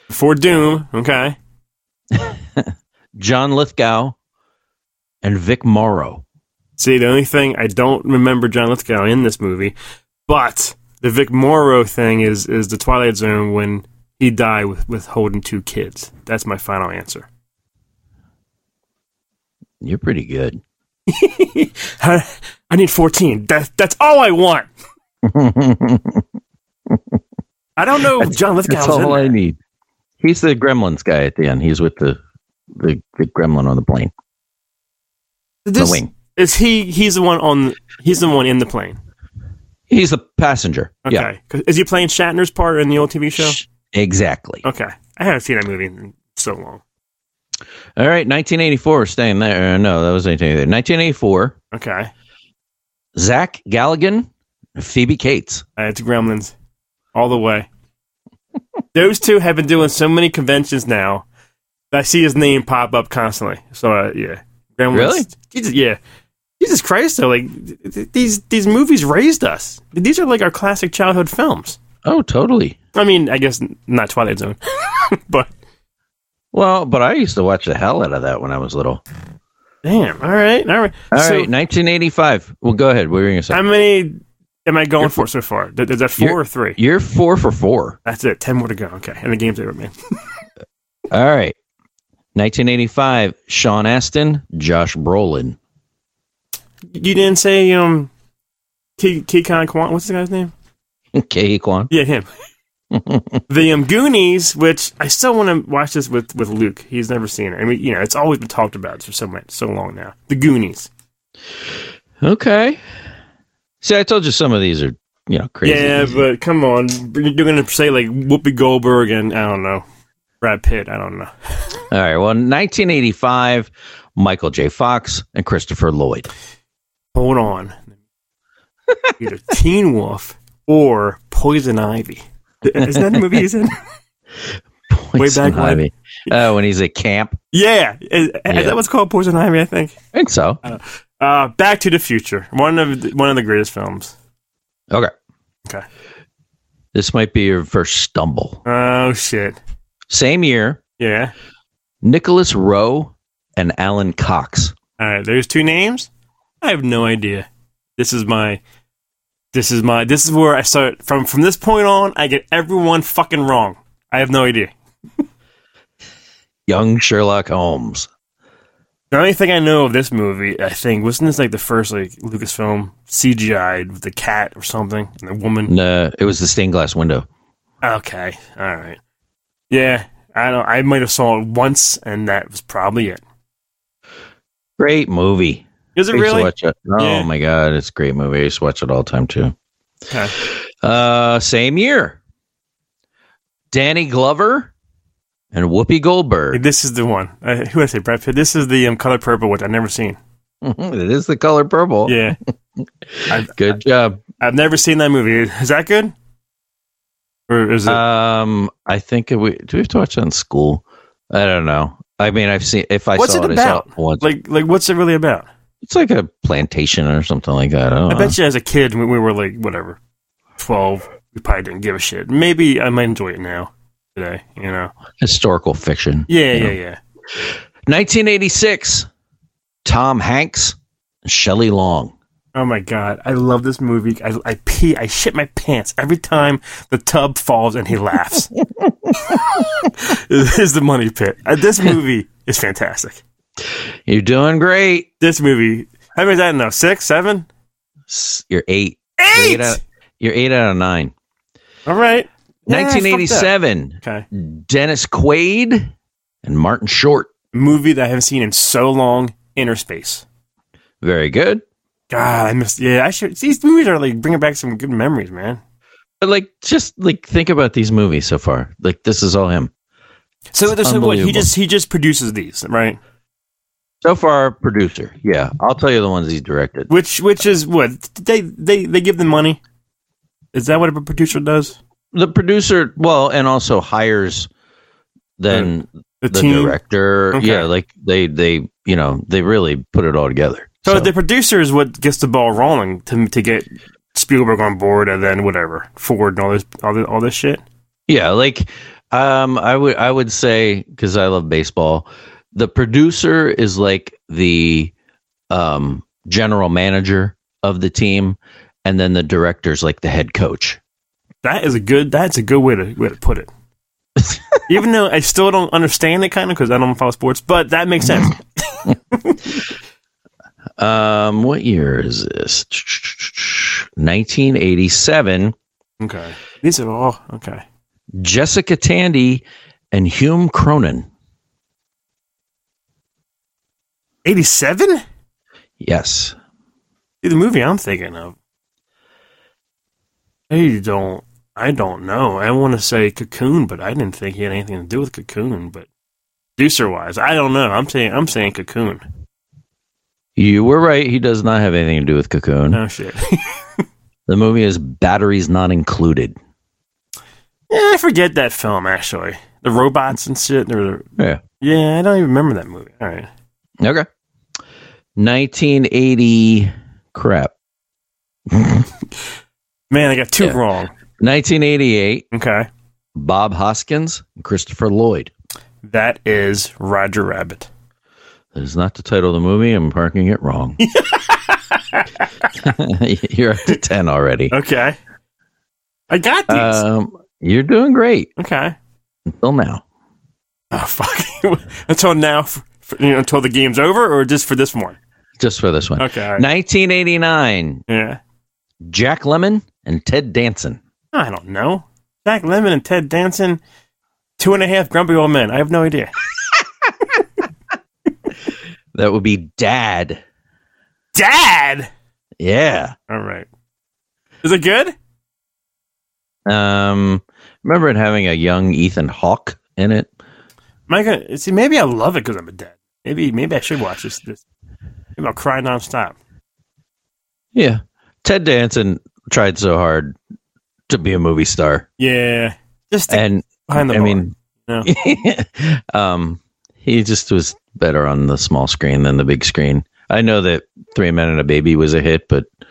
[SPEAKER 2] Before Doom. Okay.
[SPEAKER 3] John Lithgow and Vic Morrow.
[SPEAKER 2] See, the only thing I don't remember John Lithgow in this movie, but the Vic Morrow thing is is the Twilight Zone when he died with, with holding two kids. That's my final answer.
[SPEAKER 3] You're pretty good.
[SPEAKER 2] I need fourteen. That that's all I
[SPEAKER 3] [laughs]
[SPEAKER 2] want. I don't know if John Lithgow
[SPEAKER 3] That's
[SPEAKER 2] was in
[SPEAKER 3] all I
[SPEAKER 2] there.
[SPEAKER 3] need. He's the Gremlins guy at the end. He's with the the, the Gremlin on the plane.
[SPEAKER 2] This-
[SPEAKER 3] the wing.
[SPEAKER 2] Is he? He's the one on. He's the one in the plane.
[SPEAKER 3] He's the passenger.
[SPEAKER 2] Okay.
[SPEAKER 3] Yeah.
[SPEAKER 2] 'Cause- Is he playing Shatner's part in the old TV show?
[SPEAKER 3] Shh. Exactly.
[SPEAKER 2] Okay. I haven't seen that movie in so long.
[SPEAKER 3] All right, 1984. Staying there. Uh, No, that was 1984. 1984.
[SPEAKER 2] Okay.
[SPEAKER 3] Zach Galligan, Phoebe Cates.
[SPEAKER 2] Uh, it's Gremlins, all the way. [laughs] Those two have been doing so many conventions now. That I see his name pop up constantly. So uh, yeah, Gremlins.
[SPEAKER 3] Really?
[SPEAKER 2] Jesus, yeah. Jesus Christ, though. Like th- th- these these movies raised us. These are like our classic childhood films.
[SPEAKER 3] Oh, totally.
[SPEAKER 2] I mean, I guess n- not Twilight Zone, [laughs] but
[SPEAKER 3] Well, but I used to watch the hell out of that when I was little.
[SPEAKER 2] damn. All right, all right.
[SPEAKER 3] All right,
[SPEAKER 2] so
[SPEAKER 3] 1985. Well, go ahead. What were you going to say?
[SPEAKER 2] how many am I going
[SPEAKER 3] You're
[SPEAKER 2] for so far? Th- Is that 4
[SPEAKER 3] You're-
[SPEAKER 2] or three?
[SPEAKER 3] You're four for four.
[SPEAKER 2] That's it. Ten more to go. Okay, and the game's over, man.
[SPEAKER 3] All right. 1985. Sean [laughs] Astin, Josh Brolin.
[SPEAKER 2] You didn't say um T T Con Kwan. What's the guy's name?
[SPEAKER 3] K. Kwan.
[SPEAKER 2] Yeah, [laughs] him. the um, Goonies, which I still want to watch this with, with Luke. He's never seen it. I mean, you know, it's always been talked about for so much, so long now. The Goonies.
[SPEAKER 3] Okay. See, I told you some of these are you know crazy.
[SPEAKER 2] Yeah, but come on, you're gonna say like Whoopi Goldberg and I don't know, Brad Pitt. I don't know.
[SPEAKER 3] All right. Well, 1985, Michael J. Fox and Christopher Lloyd.
[SPEAKER 2] Hold [laughs] on. Either Teen Wolf or Poison Ivy. Isn't that the movie he's in?
[SPEAKER 3] Poison
[SPEAKER 2] back when.
[SPEAKER 3] Ivy. Oh, when he's at camp.
[SPEAKER 2] [laughs] yeah, is, is that what's called Poison Ivy? I think.
[SPEAKER 3] I think so.
[SPEAKER 2] Uh, Back to the Future, one of the, one of the greatest films.
[SPEAKER 3] Okay.
[SPEAKER 2] Okay.
[SPEAKER 3] This might be your first stumble.
[SPEAKER 2] Oh shit.
[SPEAKER 3] Same year,
[SPEAKER 2] Yeah.
[SPEAKER 3] Nicholas Rowe and Alan Cox.
[SPEAKER 2] All right. There's two names. I have no idea. This is my. This is my. This is where I start from. From this point on, I get everyone fucking wrong. I have no idea.
[SPEAKER 3] Young Sherlock Holmes.
[SPEAKER 2] The only thing I know of this movie, I think, wasn't this like the first like Lucasfilm CGI with the cat or something and the woman?
[SPEAKER 3] No, uh, it was the stained glass window.
[SPEAKER 2] Okay, all right. Yeah, I don't. I might have saw it once, and that was probably it.
[SPEAKER 3] Great movie.
[SPEAKER 2] Is it
[SPEAKER 3] I used to
[SPEAKER 2] really?
[SPEAKER 3] watch it. Oh
[SPEAKER 2] Yeah.
[SPEAKER 3] my god, it's a great movie. I used to watch it all the time too.
[SPEAKER 2] Okay.
[SPEAKER 3] Uh, same year, Danny Glover and Whoopi Goldberg.
[SPEAKER 2] This is the one. Uh, who did I say? Brad Pitt. This is the um, color purple, which I've never seen.
[SPEAKER 3] [laughs] it is the color purple.
[SPEAKER 2] Yeah,
[SPEAKER 3] Good job.
[SPEAKER 2] I've never seen that movie. Is that good? Or is it?
[SPEAKER 3] Um, I think it, we do we have to watch that in school. I don't know. I mean, I've seen if I
[SPEAKER 2] What's
[SPEAKER 3] saw
[SPEAKER 2] it
[SPEAKER 3] it, I saw it
[SPEAKER 2] about?
[SPEAKER 3] once.
[SPEAKER 2] like, like, what's it really about?
[SPEAKER 3] it's like a plantation or something like that. I, don't
[SPEAKER 2] I
[SPEAKER 3] know.
[SPEAKER 2] bet you, as a kid, when we were like whatever, twelve, we probably didn't give a shit. Maybe I might enjoy it now today. You know?
[SPEAKER 3] historical fiction.
[SPEAKER 2] Yeah,
[SPEAKER 3] You
[SPEAKER 2] yeah,
[SPEAKER 3] know.
[SPEAKER 2] yeah.
[SPEAKER 3] 1986. Tom Hanks, Shelley Long.
[SPEAKER 2] Oh my god, I love this movie. I, I pee, I shit my pants every time the tub falls and he laughs. [laughs] This is the money pit. Uh, This movie is fantastic.
[SPEAKER 3] You're doing great.
[SPEAKER 2] This movie. How many is that now? Six, seven,
[SPEAKER 3] S- You're eight. You're
[SPEAKER 2] eight.
[SPEAKER 3] eight out, you're eight out of nine.
[SPEAKER 2] All right. Yeah, fuck that.
[SPEAKER 3] 1987.
[SPEAKER 2] Okay.
[SPEAKER 3] Dennis Quaid and Martin Short.
[SPEAKER 2] Movie that I haven't seen in so long. Inner Space.
[SPEAKER 3] Very good.
[SPEAKER 2] God, I missed. Yeah, I should. These movies are like bringing back some good memories, man.
[SPEAKER 3] But like, just like think about these movies so far. Like, this is all him.
[SPEAKER 2] So,
[SPEAKER 3] It's
[SPEAKER 2] so what? He
[SPEAKER 3] unbelievable.
[SPEAKER 2] just he just produces these, right?
[SPEAKER 3] So far, producer. Yeah, I'll tell you the ones he's directed.
[SPEAKER 2] Which which is what they they they give them money. Is that what a producer does?
[SPEAKER 3] The producer, well, and also hires then
[SPEAKER 2] The,
[SPEAKER 3] the
[SPEAKER 2] team.
[SPEAKER 3] director.
[SPEAKER 2] Okay.
[SPEAKER 3] Yeah, like they they you know they really put it all together.
[SPEAKER 2] So, the producer is what gets the ball rolling to to get Spielberg on board, and then whatever Ford and all this all this, all this shit.
[SPEAKER 3] yeah, like um, I would I would say because I love baseball, the producer is like the um, general manager of the team, and then the director's like the head coach.
[SPEAKER 2] That is a good. That's a good way to way to put it. Even though I still don't understand it, kind of because I don't follow sports, but that makes sense.
[SPEAKER 3] Um, what year is this? 1987.
[SPEAKER 2] okay, these are all okay.
[SPEAKER 3] Jessica Tandy and Hume Cronin.
[SPEAKER 2] Eighty-seven.
[SPEAKER 3] Yes.
[SPEAKER 2] The movie I'm thinking of. I don't. I don't know. I want to say Cocoon, but I didn't think he had anything to do with Cocoon. But producer wise, I don't know. I'm saying I'm saying Cocoon.
[SPEAKER 3] You were right. He does not have anything to do with Cocoon.
[SPEAKER 2] Oh shit. [laughs]
[SPEAKER 3] The movie is Batteries Not Included.
[SPEAKER 2] yeah, I forget that film actually. The robots and shit. Or,
[SPEAKER 3] Yeah.
[SPEAKER 2] yeah, I don't even remember that movie. All right.
[SPEAKER 3] Okay. 1980. Crap.
[SPEAKER 2] Man, I got two
[SPEAKER 3] Yeah.
[SPEAKER 2] wrong.
[SPEAKER 3] 1988.
[SPEAKER 2] Okay.
[SPEAKER 3] Bob Hoskins and Christopher Lloyd.
[SPEAKER 2] That is Roger Rabbit.
[SPEAKER 3] That is not the title of the movie. I'm marking it wrong. [laughs] You're up to 10 already.
[SPEAKER 2] Okay. I got these.
[SPEAKER 3] Um, you're doing great
[SPEAKER 2] okay.
[SPEAKER 3] until now.
[SPEAKER 2] Oh [laughs] fuck. until now, for, for- you know, until the game's over, or just for this one.
[SPEAKER 3] Just for this one.
[SPEAKER 2] Okay. all right.
[SPEAKER 3] 1989.
[SPEAKER 2] Yeah.
[SPEAKER 3] Jack Lemon and Ted Danson.
[SPEAKER 2] I don't know. Jack Lemon and Ted Danson, two and a half grumpy old men. I have no idea.
[SPEAKER 3] That would be Dad.
[SPEAKER 2] Dad.
[SPEAKER 3] Yeah.
[SPEAKER 2] All right. Is it good?
[SPEAKER 3] Um, remember it having a young Ethan Hawke in it?
[SPEAKER 2] Am I gonna see? Maybe I love it because I'm a dad. Maybe maybe I should watch this. this. Maybe I'll cry nonstop.
[SPEAKER 3] Yeah. Ted Danson tried so hard to be a movie star.
[SPEAKER 2] Yeah. Just to-
[SPEAKER 3] And
[SPEAKER 2] behind the
[SPEAKER 3] Eh, I
[SPEAKER 2] bar.
[SPEAKER 3] mean,
[SPEAKER 2] No.
[SPEAKER 3] [laughs] um, he just was better on the small screen than the big screen. I know that Three Men and a Baby was a hit, but I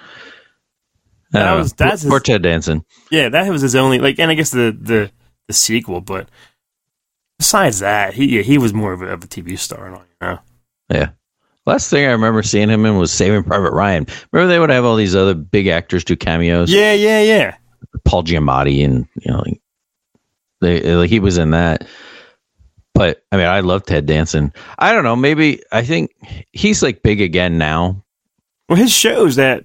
[SPEAKER 2] That
[SPEAKER 3] don't
[SPEAKER 2] was-
[SPEAKER 3] know.
[SPEAKER 2] that's his-
[SPEAKER 3] poor Ted Danson.
[SPEAKER 2] yeah, that was his only like, and I guess the the the sequel. But besides that, he yeah, he was more of a, of a TV star and all. You know?
[SPEAKER 3] Yeah. Last thing I remember seeing him in was Saving Private Ryan. Remember they would have all these other big actors do cameos.
[SPEAKER 2] Yeah, yeah, yeah.
[SPEAKER 3] Paul Giamatti and you know like, they like he was in that. But I mean, I love Ted Danson. I don't know. Maybe I think he's like big again now.
[SPEAKER 2] Well, his shows that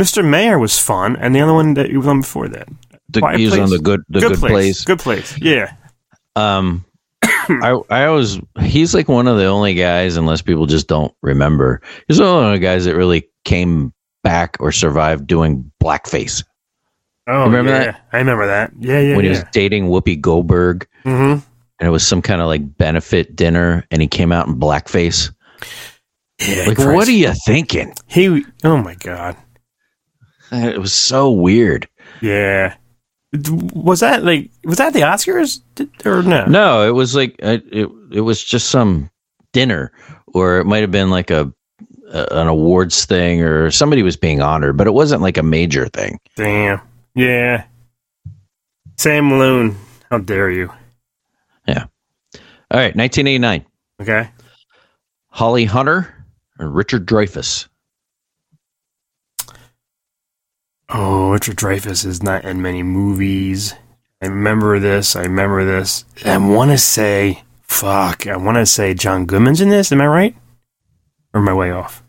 [SPEAKER 2] Mr. Mayor was fun, and the other one that he was on before that,
[SPEAKER 3] The,
[SPEAKER 2] Quiet
[SPEAKER 3] he was on
[SPEAKER 2] Place.
[SPEAKER 3] the good the good, place.
[SPEAKER 2] good place. Yeah, [coughs]
[SPEAKER 3] Um, I I always he's like one of the only guys, unless people just don't remember. He's one of the only guys that really came back or survived doing blackface
[SPEAKER 2] Oh,
[SPEAKER 3] Remember
[SPEAKER 2] yeah.
[SPEAKER 3] that?
[SPEAKER 2] I remember that. Yeah, yeah,
[SPEAKER 3] when he
[SPEAKER 2] yeah.
[SPEAKER 3] was dating Whoopi Goldberg,
[SPEAKER 2] hmm
[SPEAKER 3] and it was some kind of like benefit dinner, and he came out in blackface.
[SPEAKER 2] yeah
[SPEAKER 3] Like,
[SPEAKER 2] Christ.
[SPEAKER 3] what are you thinking?
[SPEAKER 2] He. Oh my God.
[SPEAKER 3] Uh, It was so weird.
[SPEAKER 2] Yeah. D- Was that like? Was that the Oscars Did- or no?
[SPEAKER 3] No, it was like uh, it. It was just some dinner, or it might have been like a, a an awards thing, or somebody was being honored, but it wasn't like a major thing.
[SPEAKER 2] Damn. Yeah. Sam Malone. How dare you?
[SPEAKER 3] All right, 1989,
[SPEAKER 2] Okay.
[SPEAKER 3] Holly Hunter and Richard Dreyfuss.
[SPEAKER 2] Oh, Richard Dreyfuss is not in many movies. I remember this. I remember this. I want to say fuck. I want to say John Goodman's in this. Am I right? Or am I way off?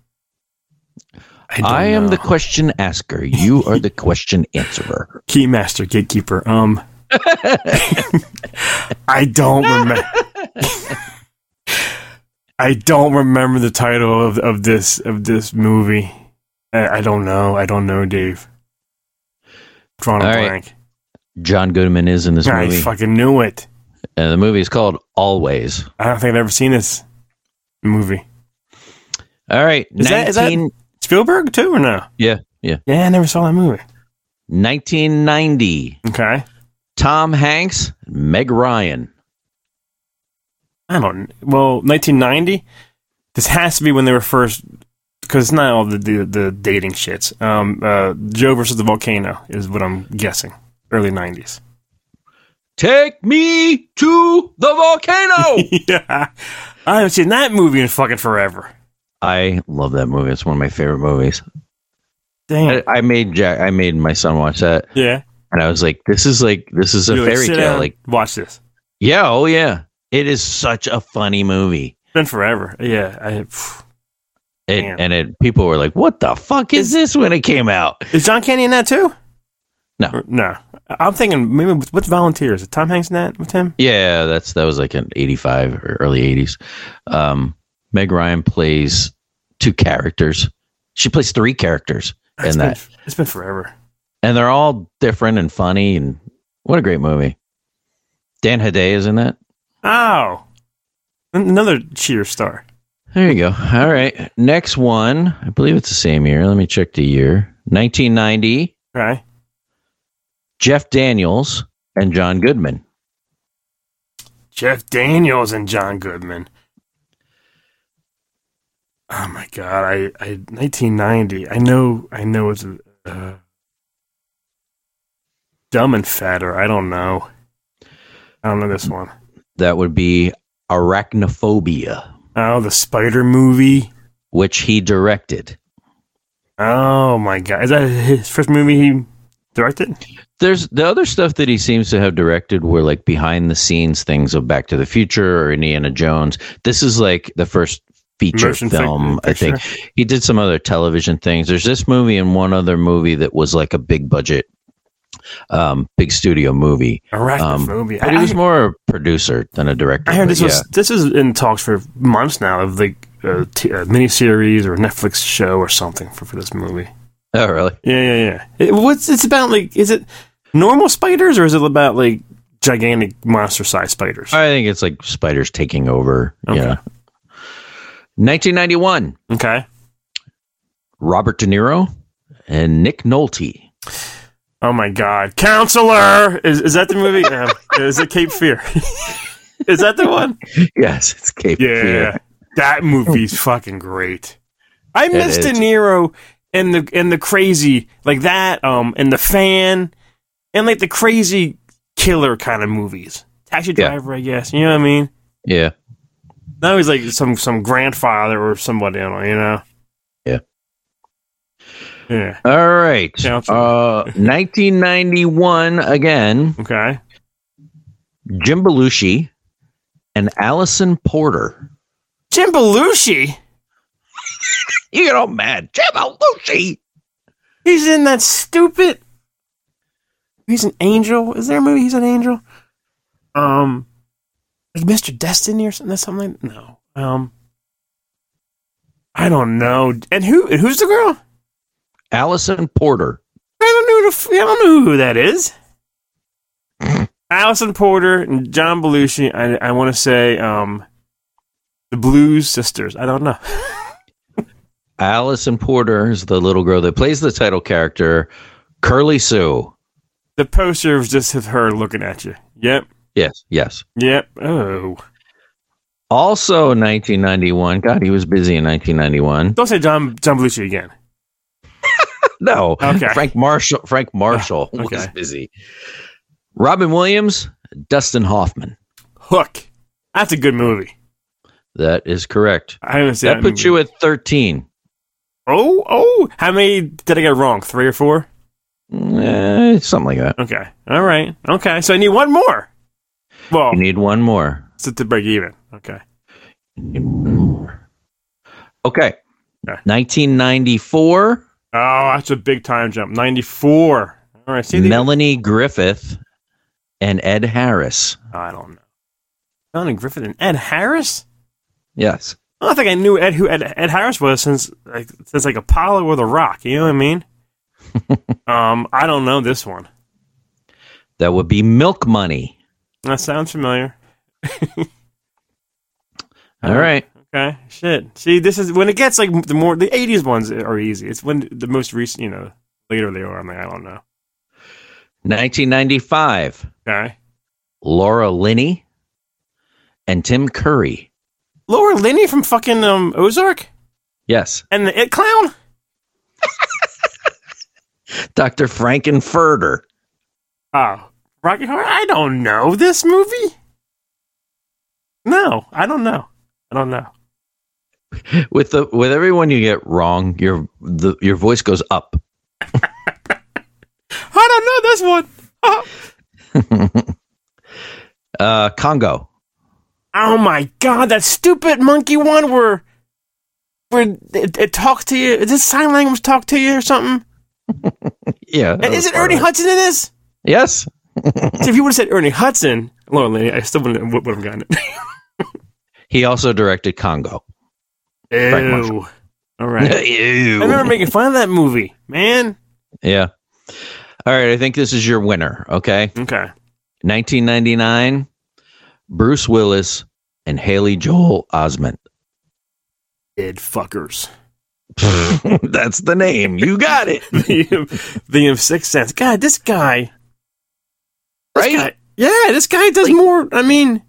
[SPEAKER 2] don't
[SPEAKER 3] I am
[SPEAKER 2] know. [laughs]
[SPEAKER 3] the question asker. You are the question answerer.
[SPEAKER 2] Keymaster Gatekeeper.
[SPEAKER 3] [laughs]
[SPEAKER 2] Um, I don't remember. [laughs] I don't remember the title of, of this of this movie. I, I don't know. I don't know, Dave. Drawn a
[SPEAKER 3] All right,
[SPEAKER 2] blank.
[SPEAKER 3] John Goodman is in this
[SPEAKER 2] I
[SPEAKER 3] movie.
[SPEAKER 2] fucking knew it.
[SPEAKER 3] And the movie is called Always.
[SPEAKER 2] I don't think I've ever seen this movie.
[SPEAKER 3] All right,
[SPEAKER 2] Is that- is that-
[SPEAKER 3] 19
[SPEAKER 2] Spielberg too, or no?
[SPEAKER 3] yeah, yeah.
[SPEAKER 2] Yeah, I never saw that movie.
[SPEAKER 3] 1990.
[SPEAKER 2] Okay,
[SPEAKER 3] Tom Hanks, Meg Ryan.
[SPEAKER 2] I don't. Well, 1990. This has to be when they were first, because it's not all the, the the dating shits. Um, uh, Joe versus the volcano is what I'm guessing. Early 90s.
[SPEAKER 3] Take me to
[SPEAKER 2] [laughs]
[SPEAKER 3] the volcano.
[SPEAKER 2] [laughs] yeah, I haven't seen that movie in fucking forever.
[SPEAKER 3] I love that movie. It's one of my favorite movies.
[SPEAKER 2] Damn.
[SPEAKER 3] I, I made Jack. I made my son watch that,
[SPEAKER 2] yeah.
[SPEAKER 3] and I was like, "This is like this is a
[SPEAKER 2] You're like,
[SPEAKER 3] fairy
[SPEAKER 2] "Sit
[SPEAKER 3] tale."
[SPEAKER 2] down,
[SPEAKER 3] Like,
[SPEAKER 2] watch this.
[SPEAKER 3] yeah, oh yeah, it is such a funny movie.
[SPEAKER 2] It's been forever. Yeah. I, phew.
[SPEAKER 3] It,
[SPEAKER 2] Man.
[SPEAKER 3] and it people were like, "What the fuck is this?" When it came out,
[SPEAKER 2] is John Candy in that too?
[SPEAKER 3] No.
[SPEAKER 2] Or- no. I- I'm thinking maybe with- what's Volunteers? Is Tom Hanks in that with him?
[SPEAKER 3] yeah, that's that was like an '85 or early '80s. Um, Meg Ryan plays two characters. She plays three characters
[SPEAKER 2] It's
[SPEAKER 3] in
[SPEAKER 2] been-
[SPEAKER 3] that.
[SPEAKER 2] it's been forever.
[SPEAKER 3] and they're all different and funny and what a great movie dan Hiday is in that
[SPEAKER 2] Oh. An- Another cheer star.
[SPEAKER 3] there you go all right next one i believe it's the same year let me check the year 1990
[SPEAKER 2] Right.
[SPEAKER 3] jeff daniels and john goodman
[SPEAKER 2] Jeff Daniels and John Goodman. Oh my god, I, I 1990. I know I know it's uh, Dumb and Fatter. I don't know. I don't know this one.
[SPEAKER 3] that would be arachnophobia
[SPEAKER 2] Oh, the spider movie.
[SPEAKER 3] which he directed
[SPEAKER 2] Oh my god. Is that his first movie he directed?
[SPEAKER 3] there's the other stuff that he seems to have directed were like behind the scenes things of back to the future or indiana jones this is like the first feature
[SPEAKER 2] Motion
[SPEAKER 3] film. I
[SPEAKER 2] picture.
[SPEAKER 3] think he did some other television things. There's this movie and one other movie that was like a big budget, um, big studio movie.
[SPEAKER 2] Arachnophobia.
[SPEAKER 3] But he Um, was
[SPEAKER 2] I-
[SPEAKER 3] more a producer than a director.
[SPEAKER 2] I heard
[SPEAKER 3] but
[SPEAKER 2] this was this is in talks for months now of the uh, t- uh, miniseries or Netflix show or something for, for this movie.
[SPEAKER 3] yeah. [laughs] Oh, really?
[SPEAKER 2] Yeah, yeah, yeah. It, what's it's about? Like, is it normal spiders or is it about like gigantic monster-sized spiders?
[SPEAKER 3] I think it's like spiders taking over.
[SPEAKER 2] Okay.
[SPEAKER 3] Yeah. 1991,
[SPEAKER 2] Okay.
[SPEAKER 3] Robert De Niro and Nick Nolte.
[SPEAKER 2] Oh my God, counselor! Is is that the movie? No. is it Cape Fear? [laughs] is that the one?
[SPEAKER 3] Yes, [laughs] it's Cape
[SPEAKER 2] Yeah,
[SPEAKER 3] Fear.
[SPEAKER 2] that movie's fucking great. I miss
[SPEAKER 3] is.
[SPEAKER 2] De Niro and the and the crazy like that, um, and the fan, and like the crazy killer kind of movies. Taxi
[SPEAKER 3] Yeah.
[SPEAKER 2] Driver, I guess. You know what I mean?
[SPEAKER 3] Yeah.
[SPEAKER 2] Now he's like some some grandfather or somebody, you know. You know?
[SPEAKER 3] Yeah.
[SPEAKER 2] Yeah.
[SPEAKER 3] All right.
[SPEAKER 2] Sounds-
[SPEAKER 3] Uh, 1991 again,
[SPEAKER 2] Okay.
[SPEAKER 3] Jim Belushi and Allison Porter.
[SPEAKER 2] Jim Belushi.
[SPEAKER 3] You get all mad. Jim Belushi.
[SPEAKER 2] He's in that stupid. He's an angel. Is there a movie? He's an angel. Um, like Mr. Destiny or something. That's something. Like, no. Um, I don't know. And who? and Who's the girl?
[SPEAKER 3] Allison Porter.
[SPEAKER 2] I don't know. Who the, f- I don't know who that is. Allison Porter and John Belushi. I I want to say um, the Blues Sisters. I don't know.
[SPEAKER 3] Allison Porter is the little girl that plays the title character, Curly Sue.
[SPEAKER 2] The poster was just of her looking at you. Yep.
[SPEAKER 3] Yes, yes.
[SPEAKER 2] Yep. Oh.
[SPEAKER 3] Also 1991. God, he was busy in 1991.
[SPEAKER 2] Don't say John John Belushi again.
[SPEAKER 3] [laughs] No.
[SPEAKER 2] Okay.
[SPEAKER 3] Frank Marshall Frank Marshall
[SPEAKER 2] Oh, okay.
[SPEAKER 3] was busy. Robin Williams, Dustin Hoffman.
[SPEAKER 2] Hook. That's a good movie.
[SPEAKER 3] That is correct.
[SPEAKER 2] I haven't seen
[SPEAKER 3] That puts you at 13.
[SPEAKER 2] Oh, oh. How many did I get wrong? Three or four?
[SPEAKER 3] Eh, something like that.
[SPEAKER 2] Okay. All right. Okay. So I need one more. Well,
[SPEAKER 3] You need one more.
[SPEAKER 2] to, to break even. Okay.
[SPEAKER 3] You need one more. Okay.
[SPEAKER 2] Okay.
[SPEAKER 3] 1994,
[SPEAKER 2] Oh, that's a big time jump. 94. All right. See, the,
[SPEAKER 3] Melanie Griffith and Ed Harris.
[SPEAKER 2] I don't know. Melanie Griffith and Ed Harris?
[SPEAKER 3] Yes.
[SPEAKER 2] I don't think I knew Ed who Ed, Ed Harris was since like since like Apollo or The Rock. You know what I mean?
[SPEAKER 3] [laughs]
[SPEAKER 2] um, I don't know this one.
[SPEAKER 3] That would be Milk Money.
[SPEAKER 2] That sounds familiar. Uh-huh.
[SPEAKER 3] All right.
[SPEAKER 2] Okay, shit. See, this is when it gets like the more the '80s ones are easy. It's when the most recent, you know, later they are. I'm like, I don't know.
[SPEAKER 3] 1995,
[SPEAKER 2] Okay,
[SPEAKER 3] Laura Linney and Tim Curry.
[SPEAKER 2] Laura Linney from fucking um, Ozark
[SPEAKER 3] Yes.
[SPEAKER 2] and the It Clown.
[SPEAKER 3] Dr. Frankenfurter.
[SPEAKER 2] Oh, Rocky Horror. I don't know this movie. No, I don't know. I don't know.
[SPEAKER 3] With the with everyone you get wrong, your the your voice goes up.
[SPEAKER 2] I don't know this one. [laughs] Oh,
[SPEAKER 3] Uh Congo.
[SPEAKER 2] oh my god, that stupid monkey one where where it, it talks to you. Is this sign language talk to you or something?
[SPEAKER 3] Yeah. that
[SPEAKER 2] And
[SPEAKER 3] was
[SPEAKER 2] is it
[SPEAKER 3] part
[SPEAKER 2] Ernie
[SPEAKER 3] of
[SPEAKER 2] Hudson in this?
[SPEAKER 3] Yes.
[SPEAKER 2] So if you would have said Ernie Hudson, Lauren Lady, I still wouldn't would have gotten it.
[SPEAKER 3] He also directed Congo. Frank Marshall.
[SPEAKER 2] All right.
[SPEAKER 3] [laughs]
[SPEAKER 2] I
[SPEAKER 3] Ew.
[SPEAKER 2] remember making fun of that movie, man.
[SPEAKER 3] Yeah. All right, I think this is your winner, okay?
[SPEAKER 2] Okay.
[SPEAKER 3] 1999, Bruce Willis and Haley Joel Osment. [laughs]
[SPEAKER 2] Dead fuckers. [laughs]
[SPEAKER 3] That's the name. You got it.
[SPEAKER 2] the the of Sixth Sense. God, this guy. this
[SPEAKER 3] Right?
[SPEAKER 2] guy- yeah, this guy does more. I mean,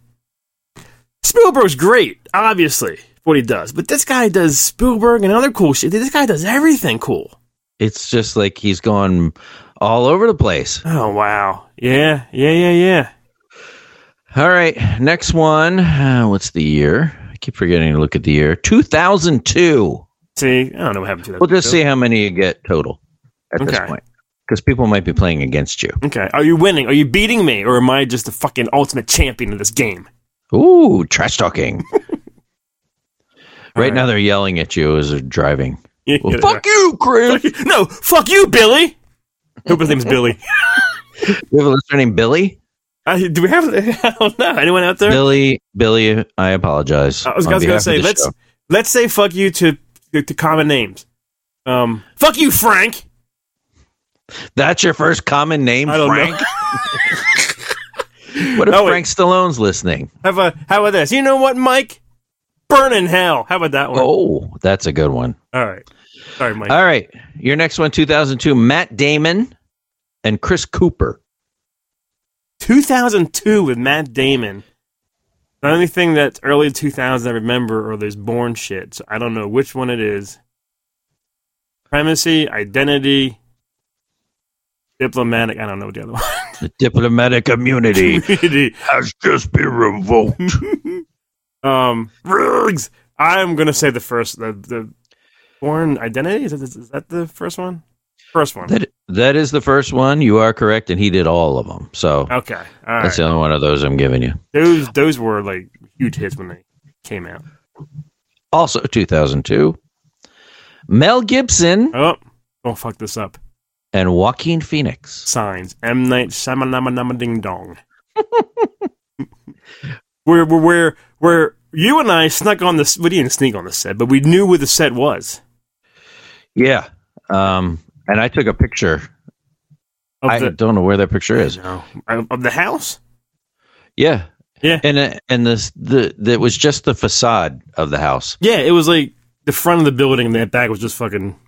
[SPEAKER 2] Spielberg's great, obviously, what he does. But this guy does Spielberg and other cool shit. This guy does everything cool.
[SPEAKER 3] It's just like he's gone all over the place.
[SPEAKER 2] Oh, wow. Yeah, yeah, yeah, yeah.
[SPEAKER 3] All right, next one. [sighs] Uh, what's the year? I keep forgetting to look at the year. 2002.
[SPEAKER 2] See, I don't know what happened to that.
[SPEAKER 3] We'll just see how many you get total at this
[SPEAKER 2] Okay.
[SPEAKER 3] point because people might be playing against you.
[SPEAKER 2] Okay. Are you winning? Are you beating me? Or am I just the [laughs] fucking ultimate champion of this game?
[SPEAKER 3] Ooh, trash talking. Right, now they're yelling at you as they're driving.
[SPEAKER 2] [laughs] You
[SPEAKER 3] Well,
[SPEAKER 2] get it
[SPEAKER 3] fuck you,
[SPEAKER 2] [laughs]
[SPEAKER 3] Chris.
[SPEAKER 2] right. No, fuck you, Billy. Hope his name's Billy. [laughs]
[SPEAKER 3] We have a listener named Billy.
[SPEAKER 2] I, do we have? [laughs] I don't know. Anyone out there?
[SPEAKER 3] Billy, Billy, I apologize.
[SPEAKER 2] I was,
[SPEAKER 3] on
[SPEAKER 2] I was
[SPEAKER 3] behalf
[SPEAKER 2] gonna
[SPEAKER 3] of
[SPEAKER 2] say
[SPEAKER 3] the
[SPEAKER 2] let's
[SPEAKER 3] show.
[SPEAKER 2] let's say fuck you to to common names. Um, fuck you, Frank.
[SPEAKER 3] That's your first common name,
[SPEAKER 2] I don't
[SPEAKER 3] Frank.
[SPEAKER 2] [laughs] know.
[SPEAKER 3] What if
[SPEAKER 2] Oh, wait.
[SPEAKER 3] Frank Stallone's listening?
[SPEAKER 2] Have a how about this? You know what, Mike? Burn in hell. How about that one?
[SPEAKER 3] Oh, that's a good one.
[SPEAKER 2] All right. Sorry, Mike.
[SPEAKER 3] All right, your next one, 2002, Matt Damon and Chris Cooper.
[SPEAKER 2] 2002 with Matt Damon. The only thing that's early 2000s I remember are those Born shit. So I don't know which one it is. Primacy, identity, diplomatic. I don't know what the other [laughs] one.
[SPEAKER 3] The
[SPEAKER 2] [laughs]
[SPEAKER 3] diplomatic immunity
[SPEAKER 2] Community.
[SPEAKER 3] has just been revoked.
[SPEAKER 2] [laughs] Um, rugs. I'm gonna say the first, the, the born identity. Is that, is that the first one? First one.
[SPEAKER 3] That that is the first one. You are correct, and he did all of them. So
[SPEAKER 2] Okay, all right.
[SPEAKER 3] that's the only one of those I'm giving you.
[SPEAKER 2] Those those were like huge hits when they came out.
[SPEAKER 3] Also, 2002, Mel Gibson
[SPEAKER 2] Oh, don't fuck this up.
[SPEAKER 3] and Joaquin Phoenix.
[SPEAKER 2] Signs. M Night Shyamalan Ding Dong. [laughs] where where where where you and I snuck on this. We didn't sneak on the set, but we knew where the set was.
[SPEAKER 3] Yeah, um, and I took a picture.
[SPEAKER 2] Of
[SPEAKER 3] I
[SPEAKER 2] the,
[SPEAKER 3] don't know where that picture is.
[SPEAKER 2] no, of of the house.
[SPEAKER 3] Yeah,
[SPEAKER 2] Yeah.
[SPEAKER 3] and uh, and this the that was just the facade of the house.
[SPEAKER 2] Yeah, it was like the front of the building, and that back was just fucking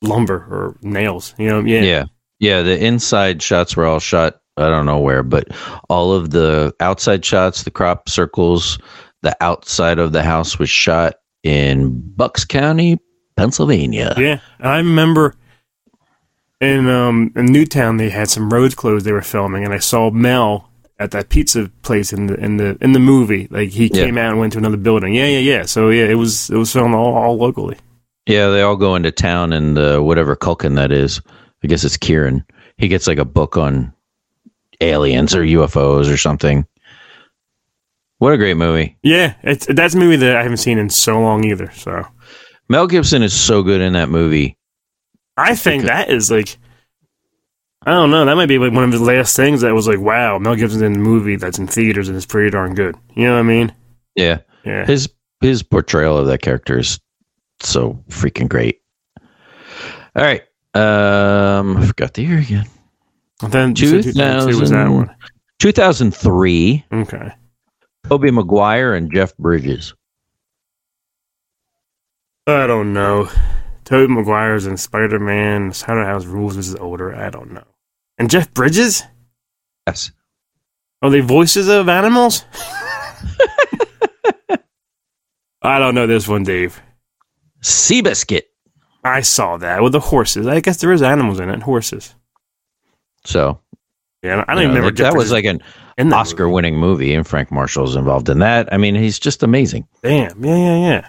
[SPEAKER 2] lumber or nails. You know, yeah.
[SPEAKER 3] Yeah. Yeah. The inside shots were all shot, I don't know where, but all of the outside shots, the crop circles, the outside of the house was shot in Bucks County, Pennsylvania.
[SPEAKER 2] Yeah, and I remember in um in Newtown they had some roads closed they were filming, and I saw Mel at that pizza place in the in the in the movie. Like he
[SPEAKER 3] Yeah.
[SPEAKER 2] came out and went to another building. Yeah, yeah, yeah. So yeah, it was it was filmed all, all locally.
[SPEAKER 3] Yeah. They all go into town and uh, whatever Culkin that is, I guess it's Kieran. He gets like a book on aliens or UFOs or something. What a great movie.
[SPEAKER 2] Yeah, it's that's a movie that I haven't seen in so long either. So
[SPEAKER 3] Mel Gibson is so good in that movie.
[SPEAKER 2] I think that is like. I don't know. That might be like one of his last things that was like, wow, Mel Gibson's in a movie that's in theaters and it's pretty darn good. You know what I mean?
[SPEAKER 3] Yeah.
[SPEAKER 2] Yeah.
[SPEAKER 3] his his portrayal of that character is so freaking great. All right. Um, I forgot the year again.
[SPEAKER 2] And then you said 2002 was that one.
[SPEAKER 3] 2003,
[SPEAKER 2] Okay.
[SPEAKER 3] Toby Maguire and Jeff Bridges.
[SPEAKER 2] I don't know. Tobey Maguire's in Spider Man, Spider House Rules, this is older. I don't know. And Jeff Bridges?
[SPEAKER 3] Yes.
[SPEAKER 2] Are they voices of animals? [laughs] I don't know this one, Dave.
[SPEAKER 3] Seabiscuit.
[SPEAKER 2] I saw that with the horses. I guess there is animals in it, horses.
[SPEAKER 3] So
[SPEAKER 2] Yeah, I don't
[SPEAKER 3] you
[SPEAKER 2] even
[SPEAKER 3] know,
[SPEAKER 2] remember.
[SPEAKER 3] that,
[SPEAKER 2] Jeff
[SPEAKER 3] that was
[SPEAKER 2] Bridges
[SPEAKER 3] like an
[SPEAKER 2] in that movie.
[SPEAKER 3] Oscar winning movie, and Frank Marshall's involved in that. I mean, he's just amazing.
[SPEAKER 2] Damn. Yeah, yeah, yeah.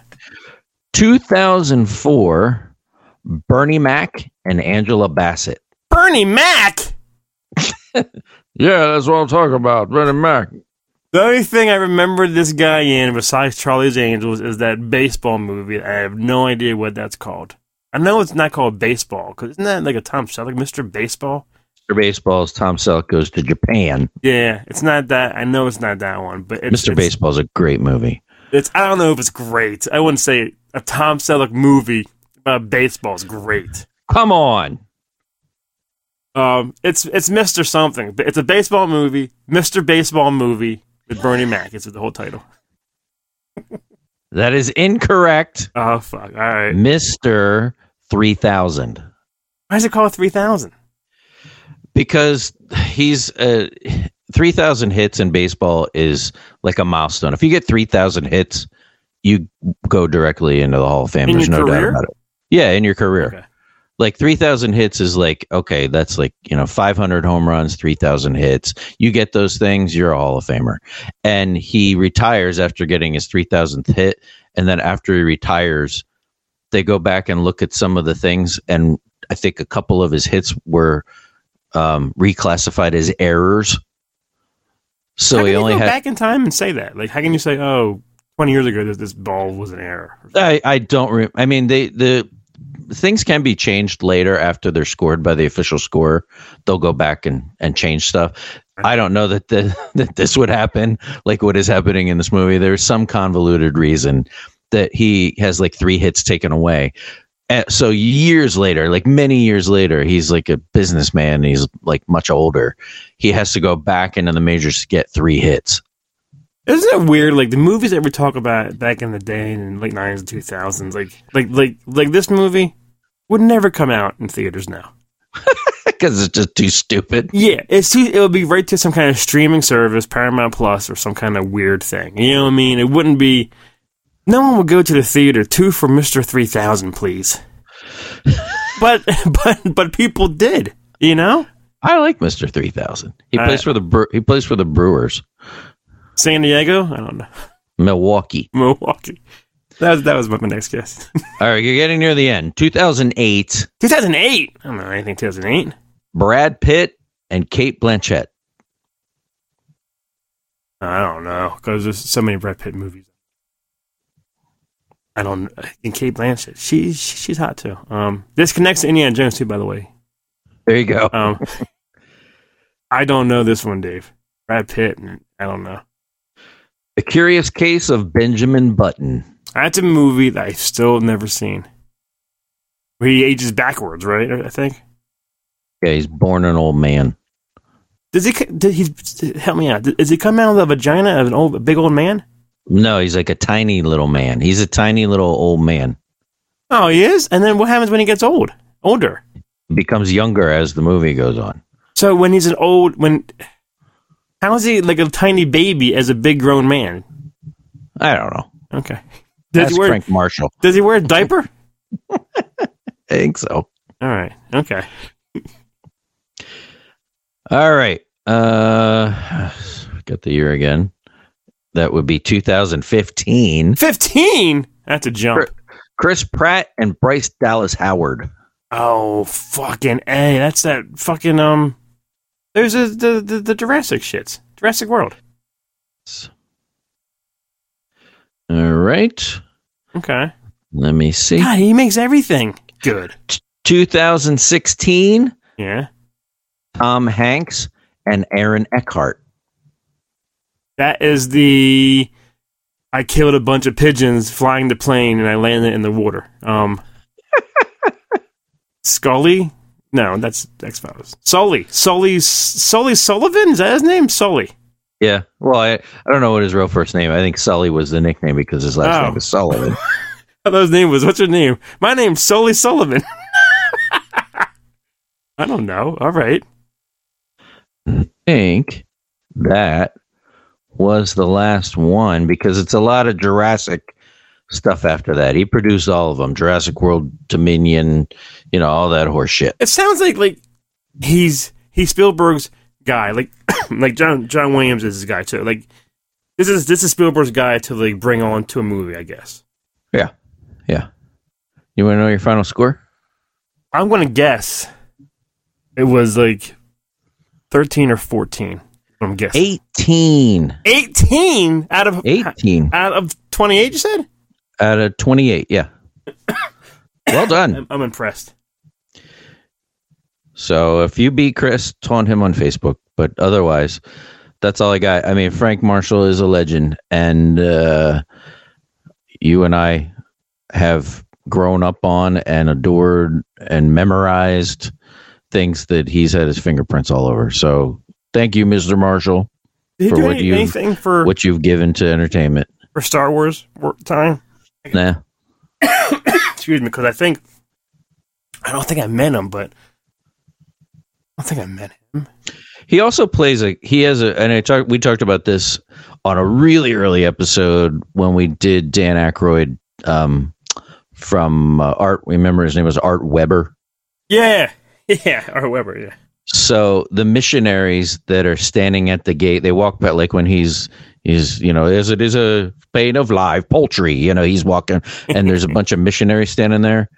[SPEAKER 3] 2004, Bernie Mac and Angela Bassett.
[SPEAKER 2] Bernie Mac!
[SPEAKER 3] Yeah, that's what I'm talking about. Bernie Mac.
[SPEAKER 2] The only thing I remember this guy in, besides Charlie's Angels, is that baseball movie. I have no idea what that's called. I know it's not called baseball, because isn't that like a Tom Selleck, Mr. Baseball?
[SPEAKER 3] Mr. Baseball's Tom Selleck goes to Japan.
[SPEAKER 2] Yeah, it's not that. I know it's not that one, but it's,
[SPEAKER 3] Mr.
[SPEAKER 2] It's,
[SPEAKER 3] Baseball's a great movie.
[SPEAKER 2] it's- I don't know if it's great. I wouldn't say a Tom Selleck movie about baseball is great.
[SPEAKER 3] Come on.
[SPEAKER 2] Um, it's it's Mr. Something, but it's a baseball movie, Mr. Baseball movie with Bernie Mac. It's the whole title.
[SPEAKER 3] That is incorrect.
[SPEAKER 2] Oh fuck! All right,
[SPEAKER 3] Mr. 3000.
[SPEAKER 2] why is it called Three Thousand?
[SPEAKER 3] Because he's uh, 3000 hits in baseball is like a milestone. If you get 3000 hits, you go directly into the Hall of Fame.
[SPEAKER 2] In
[SPEAKER 3] There's
[SPEAKER 2] your
[SPEAKER 3] no doubt
[SPEAKER 2] career?
[SPEAKER 3] about it. Yeah, in your career.
[SPEAKER 2] Okay.
[SPEAKER 3] Like 3000 hits is like okay, that's like, you know, 500 home runs, 3000 hits. You get those things, you're a Hall of Famer. and he retires after getting his 3000th hit and then after he retires they go back and look at some of the things and i think a couple of his hits were um, reclassified as errors so
[SPEAKER 2] how can
[SPEAKER 3] he
[SPEAKER 2] you
[SPEAKER 3] only
[SPEAKER 2] go
[SPEAKER 3] had
[SPEAKER 2] back in time and say that. Like, how can you say, "Oh, 20 years ago that this ball was an error.
[SPEAKER 3] I, I don't. Re- I mean, they the things can be changed later after they're scored by the official scorer. They'll go back and, and change stuff. I don't know that the, [laughs] that this would happen, like what is happening in this movie. There's some convoluted reason that he has like three hits taken away. And so years later, like many years later, he's like a businessman. He's like much older. He has to go back into the majors to get three hits. [laughs]
[SPEAKER 2] Isn't it weird? Like the movies that we talk about back in the day in the late nineties and two thousands, like like like like this movie would never come out in theaters now.
[SPEAKER 3] Because it's just too stupid.
[SPEAKER 2] Yeah, it's too, it would be right to some kind of streaming service, Paramount Plus, or some kind of weird thing. You know what I mean? It wouldn't be. No one would go to the theater. Two for Mister Three Thousand, [laughs] please. but [laughs] but but people did. You know,
[SPEAKER 3] I like Mister Three Thousand. He
[SPEAKER 2] All
[SPEAKER 3] plays
[SPEAKER 2] right.
[SPEAKER 3] for the Bre- he plays for the Brewers,
[SPEAKER 2] San Diego. I don't know
[SPEAKER 3] Milwaukee.
[SPEAKER 2] [laughs] Milwaukee. That was, that was my next guess. [laughs]
[SPEAKER 3] All right, you're getting near the end. 2008,
[SPEAKER 2] 2008. I don't know anything. 2008.
[SPEAKER 3] Brad Pitt and Kate Blanchett.
[SPEAKER 2] I don't know because there's so many Brad Pitt movies. I don't. And Kate Blanchett, she's she's hot too. Um, this connects to Indiana Jones too, by the way.
[SPEAKER 3] There you go.
[SPEAKER 2] Um, [laughs] I don't know this one, Dave. Brad Pitt. and- I don't know.
[SPEAKER 3] The Curious Case of Benjamin Button.
[SPEAKER 2] That's a movie that I've still never seen. Where he ages backwards, right? I think.
[SPEAKER 3] Yeah, he's born an old man.
[SPEAKER 2] Does he? c- Did he help me out? Does he come out of the vagina of an old, a big old man?
[SPEAKER 3] No, he's like a tiny little man. He's a tiny little old man.
[SPEAKER 2] Oh, he is. And then what happens when he gets old? Older.
[SPEAKER 3] Becomes younger as the movie goes on.
[SPEAKER 2] So when he's an old when how is he like a tiny baby as a big grown man?
[SPEAKER 3] I don't know.
[SPEAKER 2] Okay. Does
[SPEAKER 3] That's
[SPEAKER 2] he wear
[SPEAKER 3] Frank Marshall.
[SPEAKER 2] does he wear a diaper?
[SPEAKER 3] I think so.
[SPEAKER 2] All right. Okay.
[SPEAKER 3] All right. Uh [sighs] got the year again. That would be 2015.
[SPEAKER 2] Fifteen. That's a jump.
[SPEAKER 3] Chris Pratt and Bryce Dallas Howard.
[SPEAKER 2] Oh fucking a! That's that fucking um. There's a, the, the the Jurassic shits. Jurassic World.
[SPEAKER 3] All right.
[SPEAKER 2] Okay.
[SPEAKER 3] Let me see.
[SPEAKER 2] God, he makes everything good.
[SPEAKER 3] 2016,
[SPEAKER 2] Yeah.
[SPEAKER 3] Tom Hanks and Aaron Eckhart.
[SPEAKER 2] That is the. I killed a bunch of pigeons flying the plane and I landed in the water. Um, Scully? No, that's X Files. Sully. Sully. Sully Sullivan? Is that his name? Sully.
[SPEAKER 3] Yeah. Well, I, I don't know what his real first name. I think Sully was the nickname because his last
[SPEAKER 2] Oh.
[SPEAKER 3] name was Sullivan.
[SPEAKER 2] I thought his name was. What's your name? My name's Sully Sullivan. [laughs] I don't know. All right.
[SPEAKER 3] I think that was the last one because it's a lot of Jurassic stuff after that. He produced all of them Jurassic World, Dominion, you know, all that horse shit.
[SPEAKER 2] It sounds like like he's he's Spielberg's guy. Like [coughs] like John John Williams is his guy too. Like this is this is Spielberg's guy to like bring on to a movie, I guess.
[SPEAKER 3] Yeah. Yeah. You want to know your final score?
[SPEAKER 2] I'm gonna guess it was like thirteen or fourteen. I'm guessing
[SPEAKER 3] 18.
[SPEAKER 2] eighteen out of
[SPEAKER 3] 18
[SPEAKER 2] out of twenty eight. You said
[SPEAKER 3] out of 28. Yeah. Well done.
[SPEAKER 2] I'm, I'm impressed.
[SPEAKER 3] So if you beat Chris, taunt him on Facebook. But otherwise, that's all I got. I mean, Frank Marshall is a legend, and uh, you and I have grown up on and adored and memorized things that he's had his fingerprints all over. So thank you, Mr. Marshall,
[SPEAKER 2] Did he
[SPEAKER 3] For
[SPEAKER 2] do
[SPEAKER 3] what
[SPEAKER 2] any,
[SPEAKER 3] you-
[SPEAKER 2] anything for
[SPEAKER 3] what you've given to entertainment.
[SPEAKER 2] for Star Wars wor- time?
[SPEAKER 3] Nah.
[SPEAKER 2] Excuse me, because I think I don't think I met him, but I don't think I met him.
[SPEAKER 3] He also plays a he has a and I talked we talked about this on a really early episode when we did Dan Aykroyd um, from uh, Art. Remember his name was Art Weber.
[SPEAKER 2] Yeah, [laughs] yeah, or whoever. Yeah,
[SPEAKER 3] So the missionaries that are standing at the gate, they walk by like when he's he's you know as it is a pain of live poultry. You know he's walking and [laughs] there's a bunch of missionaries standing there.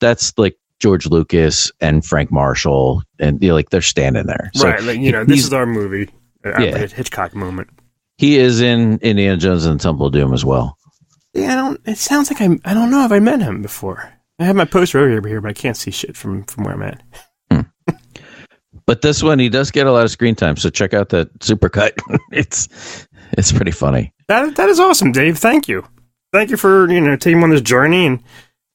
[SPEAKER 3] That's like George Lucas and Frank Marshall and you know, like they're standing there. So
[SPEAKER 2] right. Like, you know,
[SPEAKER 3] he's-
[SPEAKER 2] this is our movie. Uh,
[SPEAKER 3] Yeah.
[SPEAKER 2] Hitchcock moment.
[SPEAKER 3] He is in Indiana Jones and the Temple of Doom as well.
[SPEAKER 2] Yeah, I don't. It sounds like I'm. I don't know if I met him before. I have my poster over here, but I can't see shit from from where I'm at.
[SPEAKER 3] But this one, he does get a lot of screen time. So check out that supercut. [laughs] it's it's pretty funny.
[SPEAKER 2] That that is awesome, Dave. Thank you. Thank you for you know taking me on this journey. And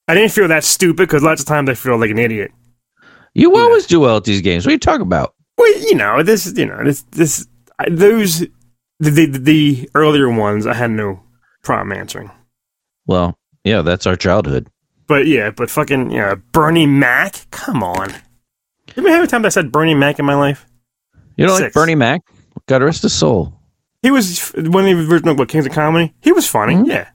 [SPEAKER 2] I didn't feel that stupid because lots of times I feel like an idiot.
[SPEAKER 3] You always do well at these games. What are you talking about?
[SPEAKER 2] Well, you know this. You know this. This I, those the, the the earlier ones I had no problem answering.
[SPEAKER 3] Well, yeah, that's our childhood.
[SPEAKER 2] But yeah, but fucking yeah, Bernie Mac. Come on. Remember how many times I said Bernie Mac in my life?
[SPEAKER 3] You don't like
[SPEAKER 2] Six.
[SPEAKER 3] Bernie Mac? God rest his soul.
[SPEAKER 2] He was when he was original what Kings of Comedy. He was funny. Yeah,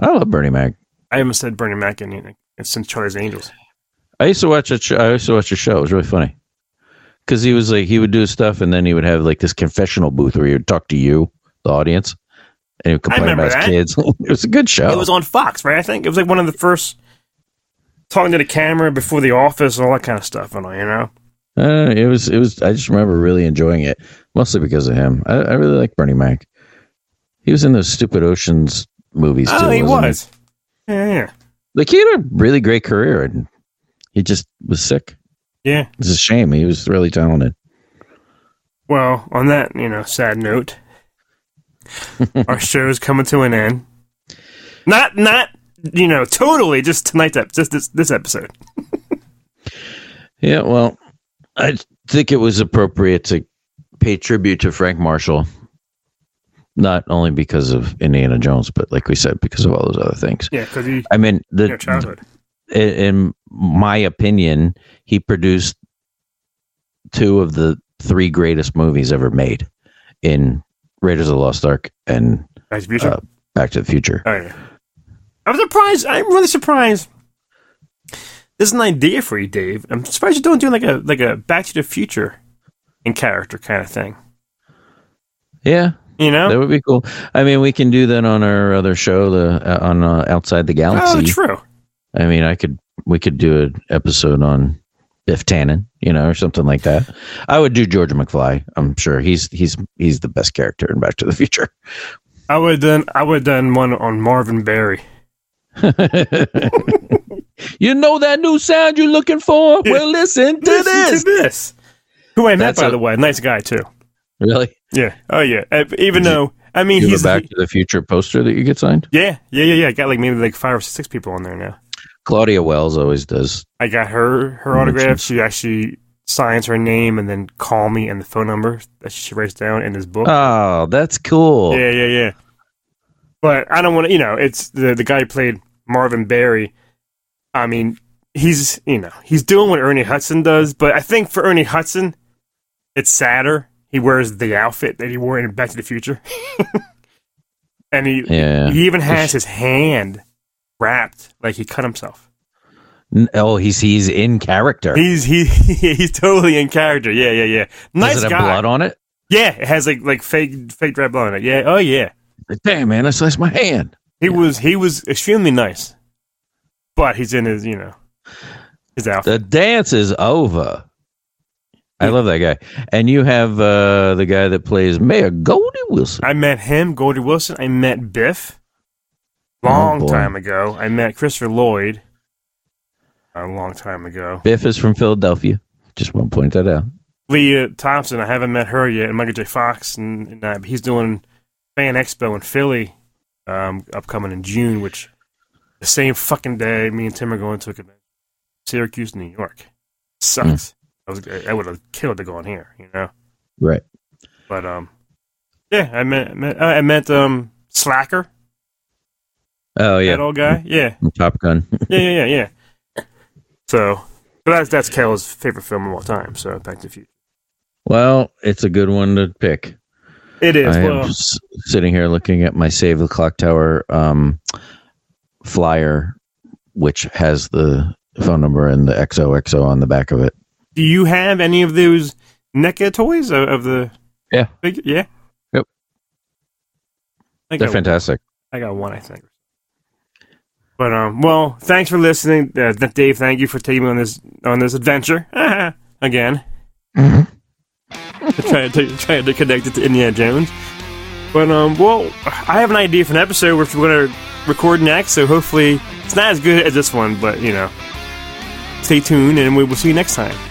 [SPEAKER 3] I love Bernie Mac. I
[SPEAKER 2] I haven't said Bernie Mac in, in since Charlie's Angels.
[SPEAKER 3] used to watch a sh- I used to watch a show. It was really funny because he was like he would do stuff, and then he would have like this confessional booth where he would talk to you, the audience, and he would complain
[SPEAKER 2] remember
[SPEAKER 3] about his
[SPEAKER 2] that.
[SPEAKER 3] kids. [laughs] it was a good show.
[SPEAKER 2] It was on Fox, right? I think it was like one of the first talking to the camera before the office and all that kind of stuff. And all you know,
[SPEAKER 3] Uh, it was. It was. I just remember really enjoying it, mostly because of him. I, I really like Bernie Mac. He was in those stupid oceans movies.
[SPEAKER 2] oh,
[SPEAKER 3] too,
[SPEAKER 2] he
[SPEAKER 3] wasn't
[SPEAKER 2] was. Yeah, yeah,
[SPEAKER 3] Like he had a really great career, and he just was sick.
[SPEAKER 2] yeah.
[SPEAKER 3] It's a shame. He was really talented.
[SPEAKER 2] Well, on that you know sad note, our show's coming to an end. Not not you know totally just tonight ep- just this this episode.
[SPEAKER 3] Yeah, well, I think it was appropriate to pay tribute to Frank Marshall, not only because of Indiana Jones, but like we said, because of all those other things.
[SPEAKER 2] Yeah, because he
[SPEAKER 3] I mean, the
[SPEAKER 2] you know, childhood.
[SPEAKER 3] in, in my opinion, he produced two of the three greatest movies ever made in Raiders of the Lost Ark and
[SPEAKER 2] Back to the Future.
[SPEAKER 3] uh, Back to the Future.
[SPEAKER 2] Oh yeah. I'm surprised. I'm really surprised. This is an idea for you, Dave. I'm surprised you don't do like a like a Back to the Future in character kind of thing.
[SPEAKER 3] Yeah,
[SPEAKER 2] You know?
[SPEAKER 3] that would be cool. I mean, we can do that on our other show, the uh, on uh, Outside the Galaxy.
[SPEAKER 2] oh, true.
[SPEAKER 3] I mean, I could we could do an episode on Biff Tannen, you know, or something like that. I would do George McFly. I'm sure he's he's he's the best character in Back to the Future.
[SPEAKER 2] I would have done I would have done one on Marvin Berry.
[SPEAKER 3] [laughs] you know that new sound you're looking for? Well, listen to
[SPEAKER 2] Listen
[SPEAKER 3] this.
[SPEAKER 2] to this. Who I met
[SPEAKER 3] That's
[SPEAKER 2] by
[SPEAKER 3] a-
[SPEAKER 2] the way, nice guy too.
[SPEAKER 3] Really?
[SPEAKER 2] Yeah. Oh yeah. Uh, Even though I mean
[SPEAKER 3] You have
[SPEAKER 2] he's
[SPEAKER 3] a Back to the Future poster that you get signed?
[SPEAKER 2] yeah yeah yeah yeah. I got like maybe like five or six people on there now.
[SPEAKER 3] Claudia Wells always does.
[SPEAKER 2] I got her her
[SPEAKER 3] Mm,
[SPEAKER 2] autograph. She actually signs her name and then call me and the phone number that she writes down in this book.
[SPEAKER 3] Oh, that's cool.
[SPEAKER 2] Yeah, yeah, yeah. But I don't want to, you know, it's the the guy who played Marvin Barry. I mean, he's, you know, he's doing what Ernie Hudson does, but I think for Ernie Hudson, it's sadder. He wears the outfit that he wore in Back to the Future. [laughs] and he
[SPEAKER 3] Yeah.
[SPEAKER 2] he even has his hand wrapped like he cut himself.
[SPEAKER 3] N- Oh, he's he's in character.
[SPEAKER 2] He's he [laughs] he's totally in character. Yeah, yeah, yeah. Nice
[SPEAKER 3] Does it
[SPEAKER 2] guy.
[SPEAKER 3] have blood on it?
[SPEAKER 2] Yeah, it has like like fake fake red blood on it. Yeah. Oh yeah.
[SPEAKER 3] Damn, man, I sliced my hand.
[SPEAKER 2] He was he was extremely nice, but he's in his you know his outfit.
[SPEAKER 3] The dance is over. I love that guy. And you have uh, the guy that plays Mayor Goldie Wilson.
[SPEAKER 2] I met him, Goldie Wilson. I met Biff
[SPEAKER 3] Oh,
[SPEAKER 2] long
[SPEAKER 3] boy.
[SPEAKER 2] time ago. I met Christopher Lloyd a long time ago.
[SPEAKER 3] Biff is from Philadelphia. Just want to point that out.
[SPEAKER 2] Leah Thompson. I haven't met her yet. And Michael J. Fox, and, and uh, he's doing Fan Expo in Philly, um, upcoming in June. Which the same fucking day, me and Tim are going to a convention, Syracuse, New York.
[SPEAKER 3] Mm.
[SPEAKER 2] Sucks. I was I would have killed to go on here, you know.
[SPEAKER 3] Right.
[SPEAKER 2] But um, yeah, I met, met uh, I met um Slacker,
[SPEAKER 3] Oh yeah.
[SPEAKER 2] that old guy. Yeah,
[SPEAKER 3] From Top Gun.
[SPEAKER 2] yeah, yeah, yeah, yeah. So, but that's that's Kel's favorite film of all time. So Back to the Future.
[SPEAKER 3] well, it's a good one to pick.
[SPEAKER 2] It is.
[SPEAKER 3] I am
[SPEAKER 2] well,
[SPEAKER 3] s- sitting here looking at my Save the Clock Tower um, flyer, which has the phone number and the XOXO on the back of it.
[SPEAKER 2] do you have any of those NECA toys of, of the?
[SPEAKER 3] Yeah.
[SPEAKER 2] Figure? Yeah.
[SPEAKER 3] Yep.
[SPEAKER 2] I
[SPEAKER 3] They're
[SPEAKER 2] got,
[SPEAKER 3] fantastic.
[SPEAKER 2] I got one, I think. But um, well, thanks for listening, uh, Dave. Thank you for taking me on this on this adventure [laughs] again. trying to trying to connect it to Indiana Jones. But um, well, I have an idea for an episode which we're going to record next. So hopefully, it's not as good as this one, but you know, stay tuned, and we will see you next time.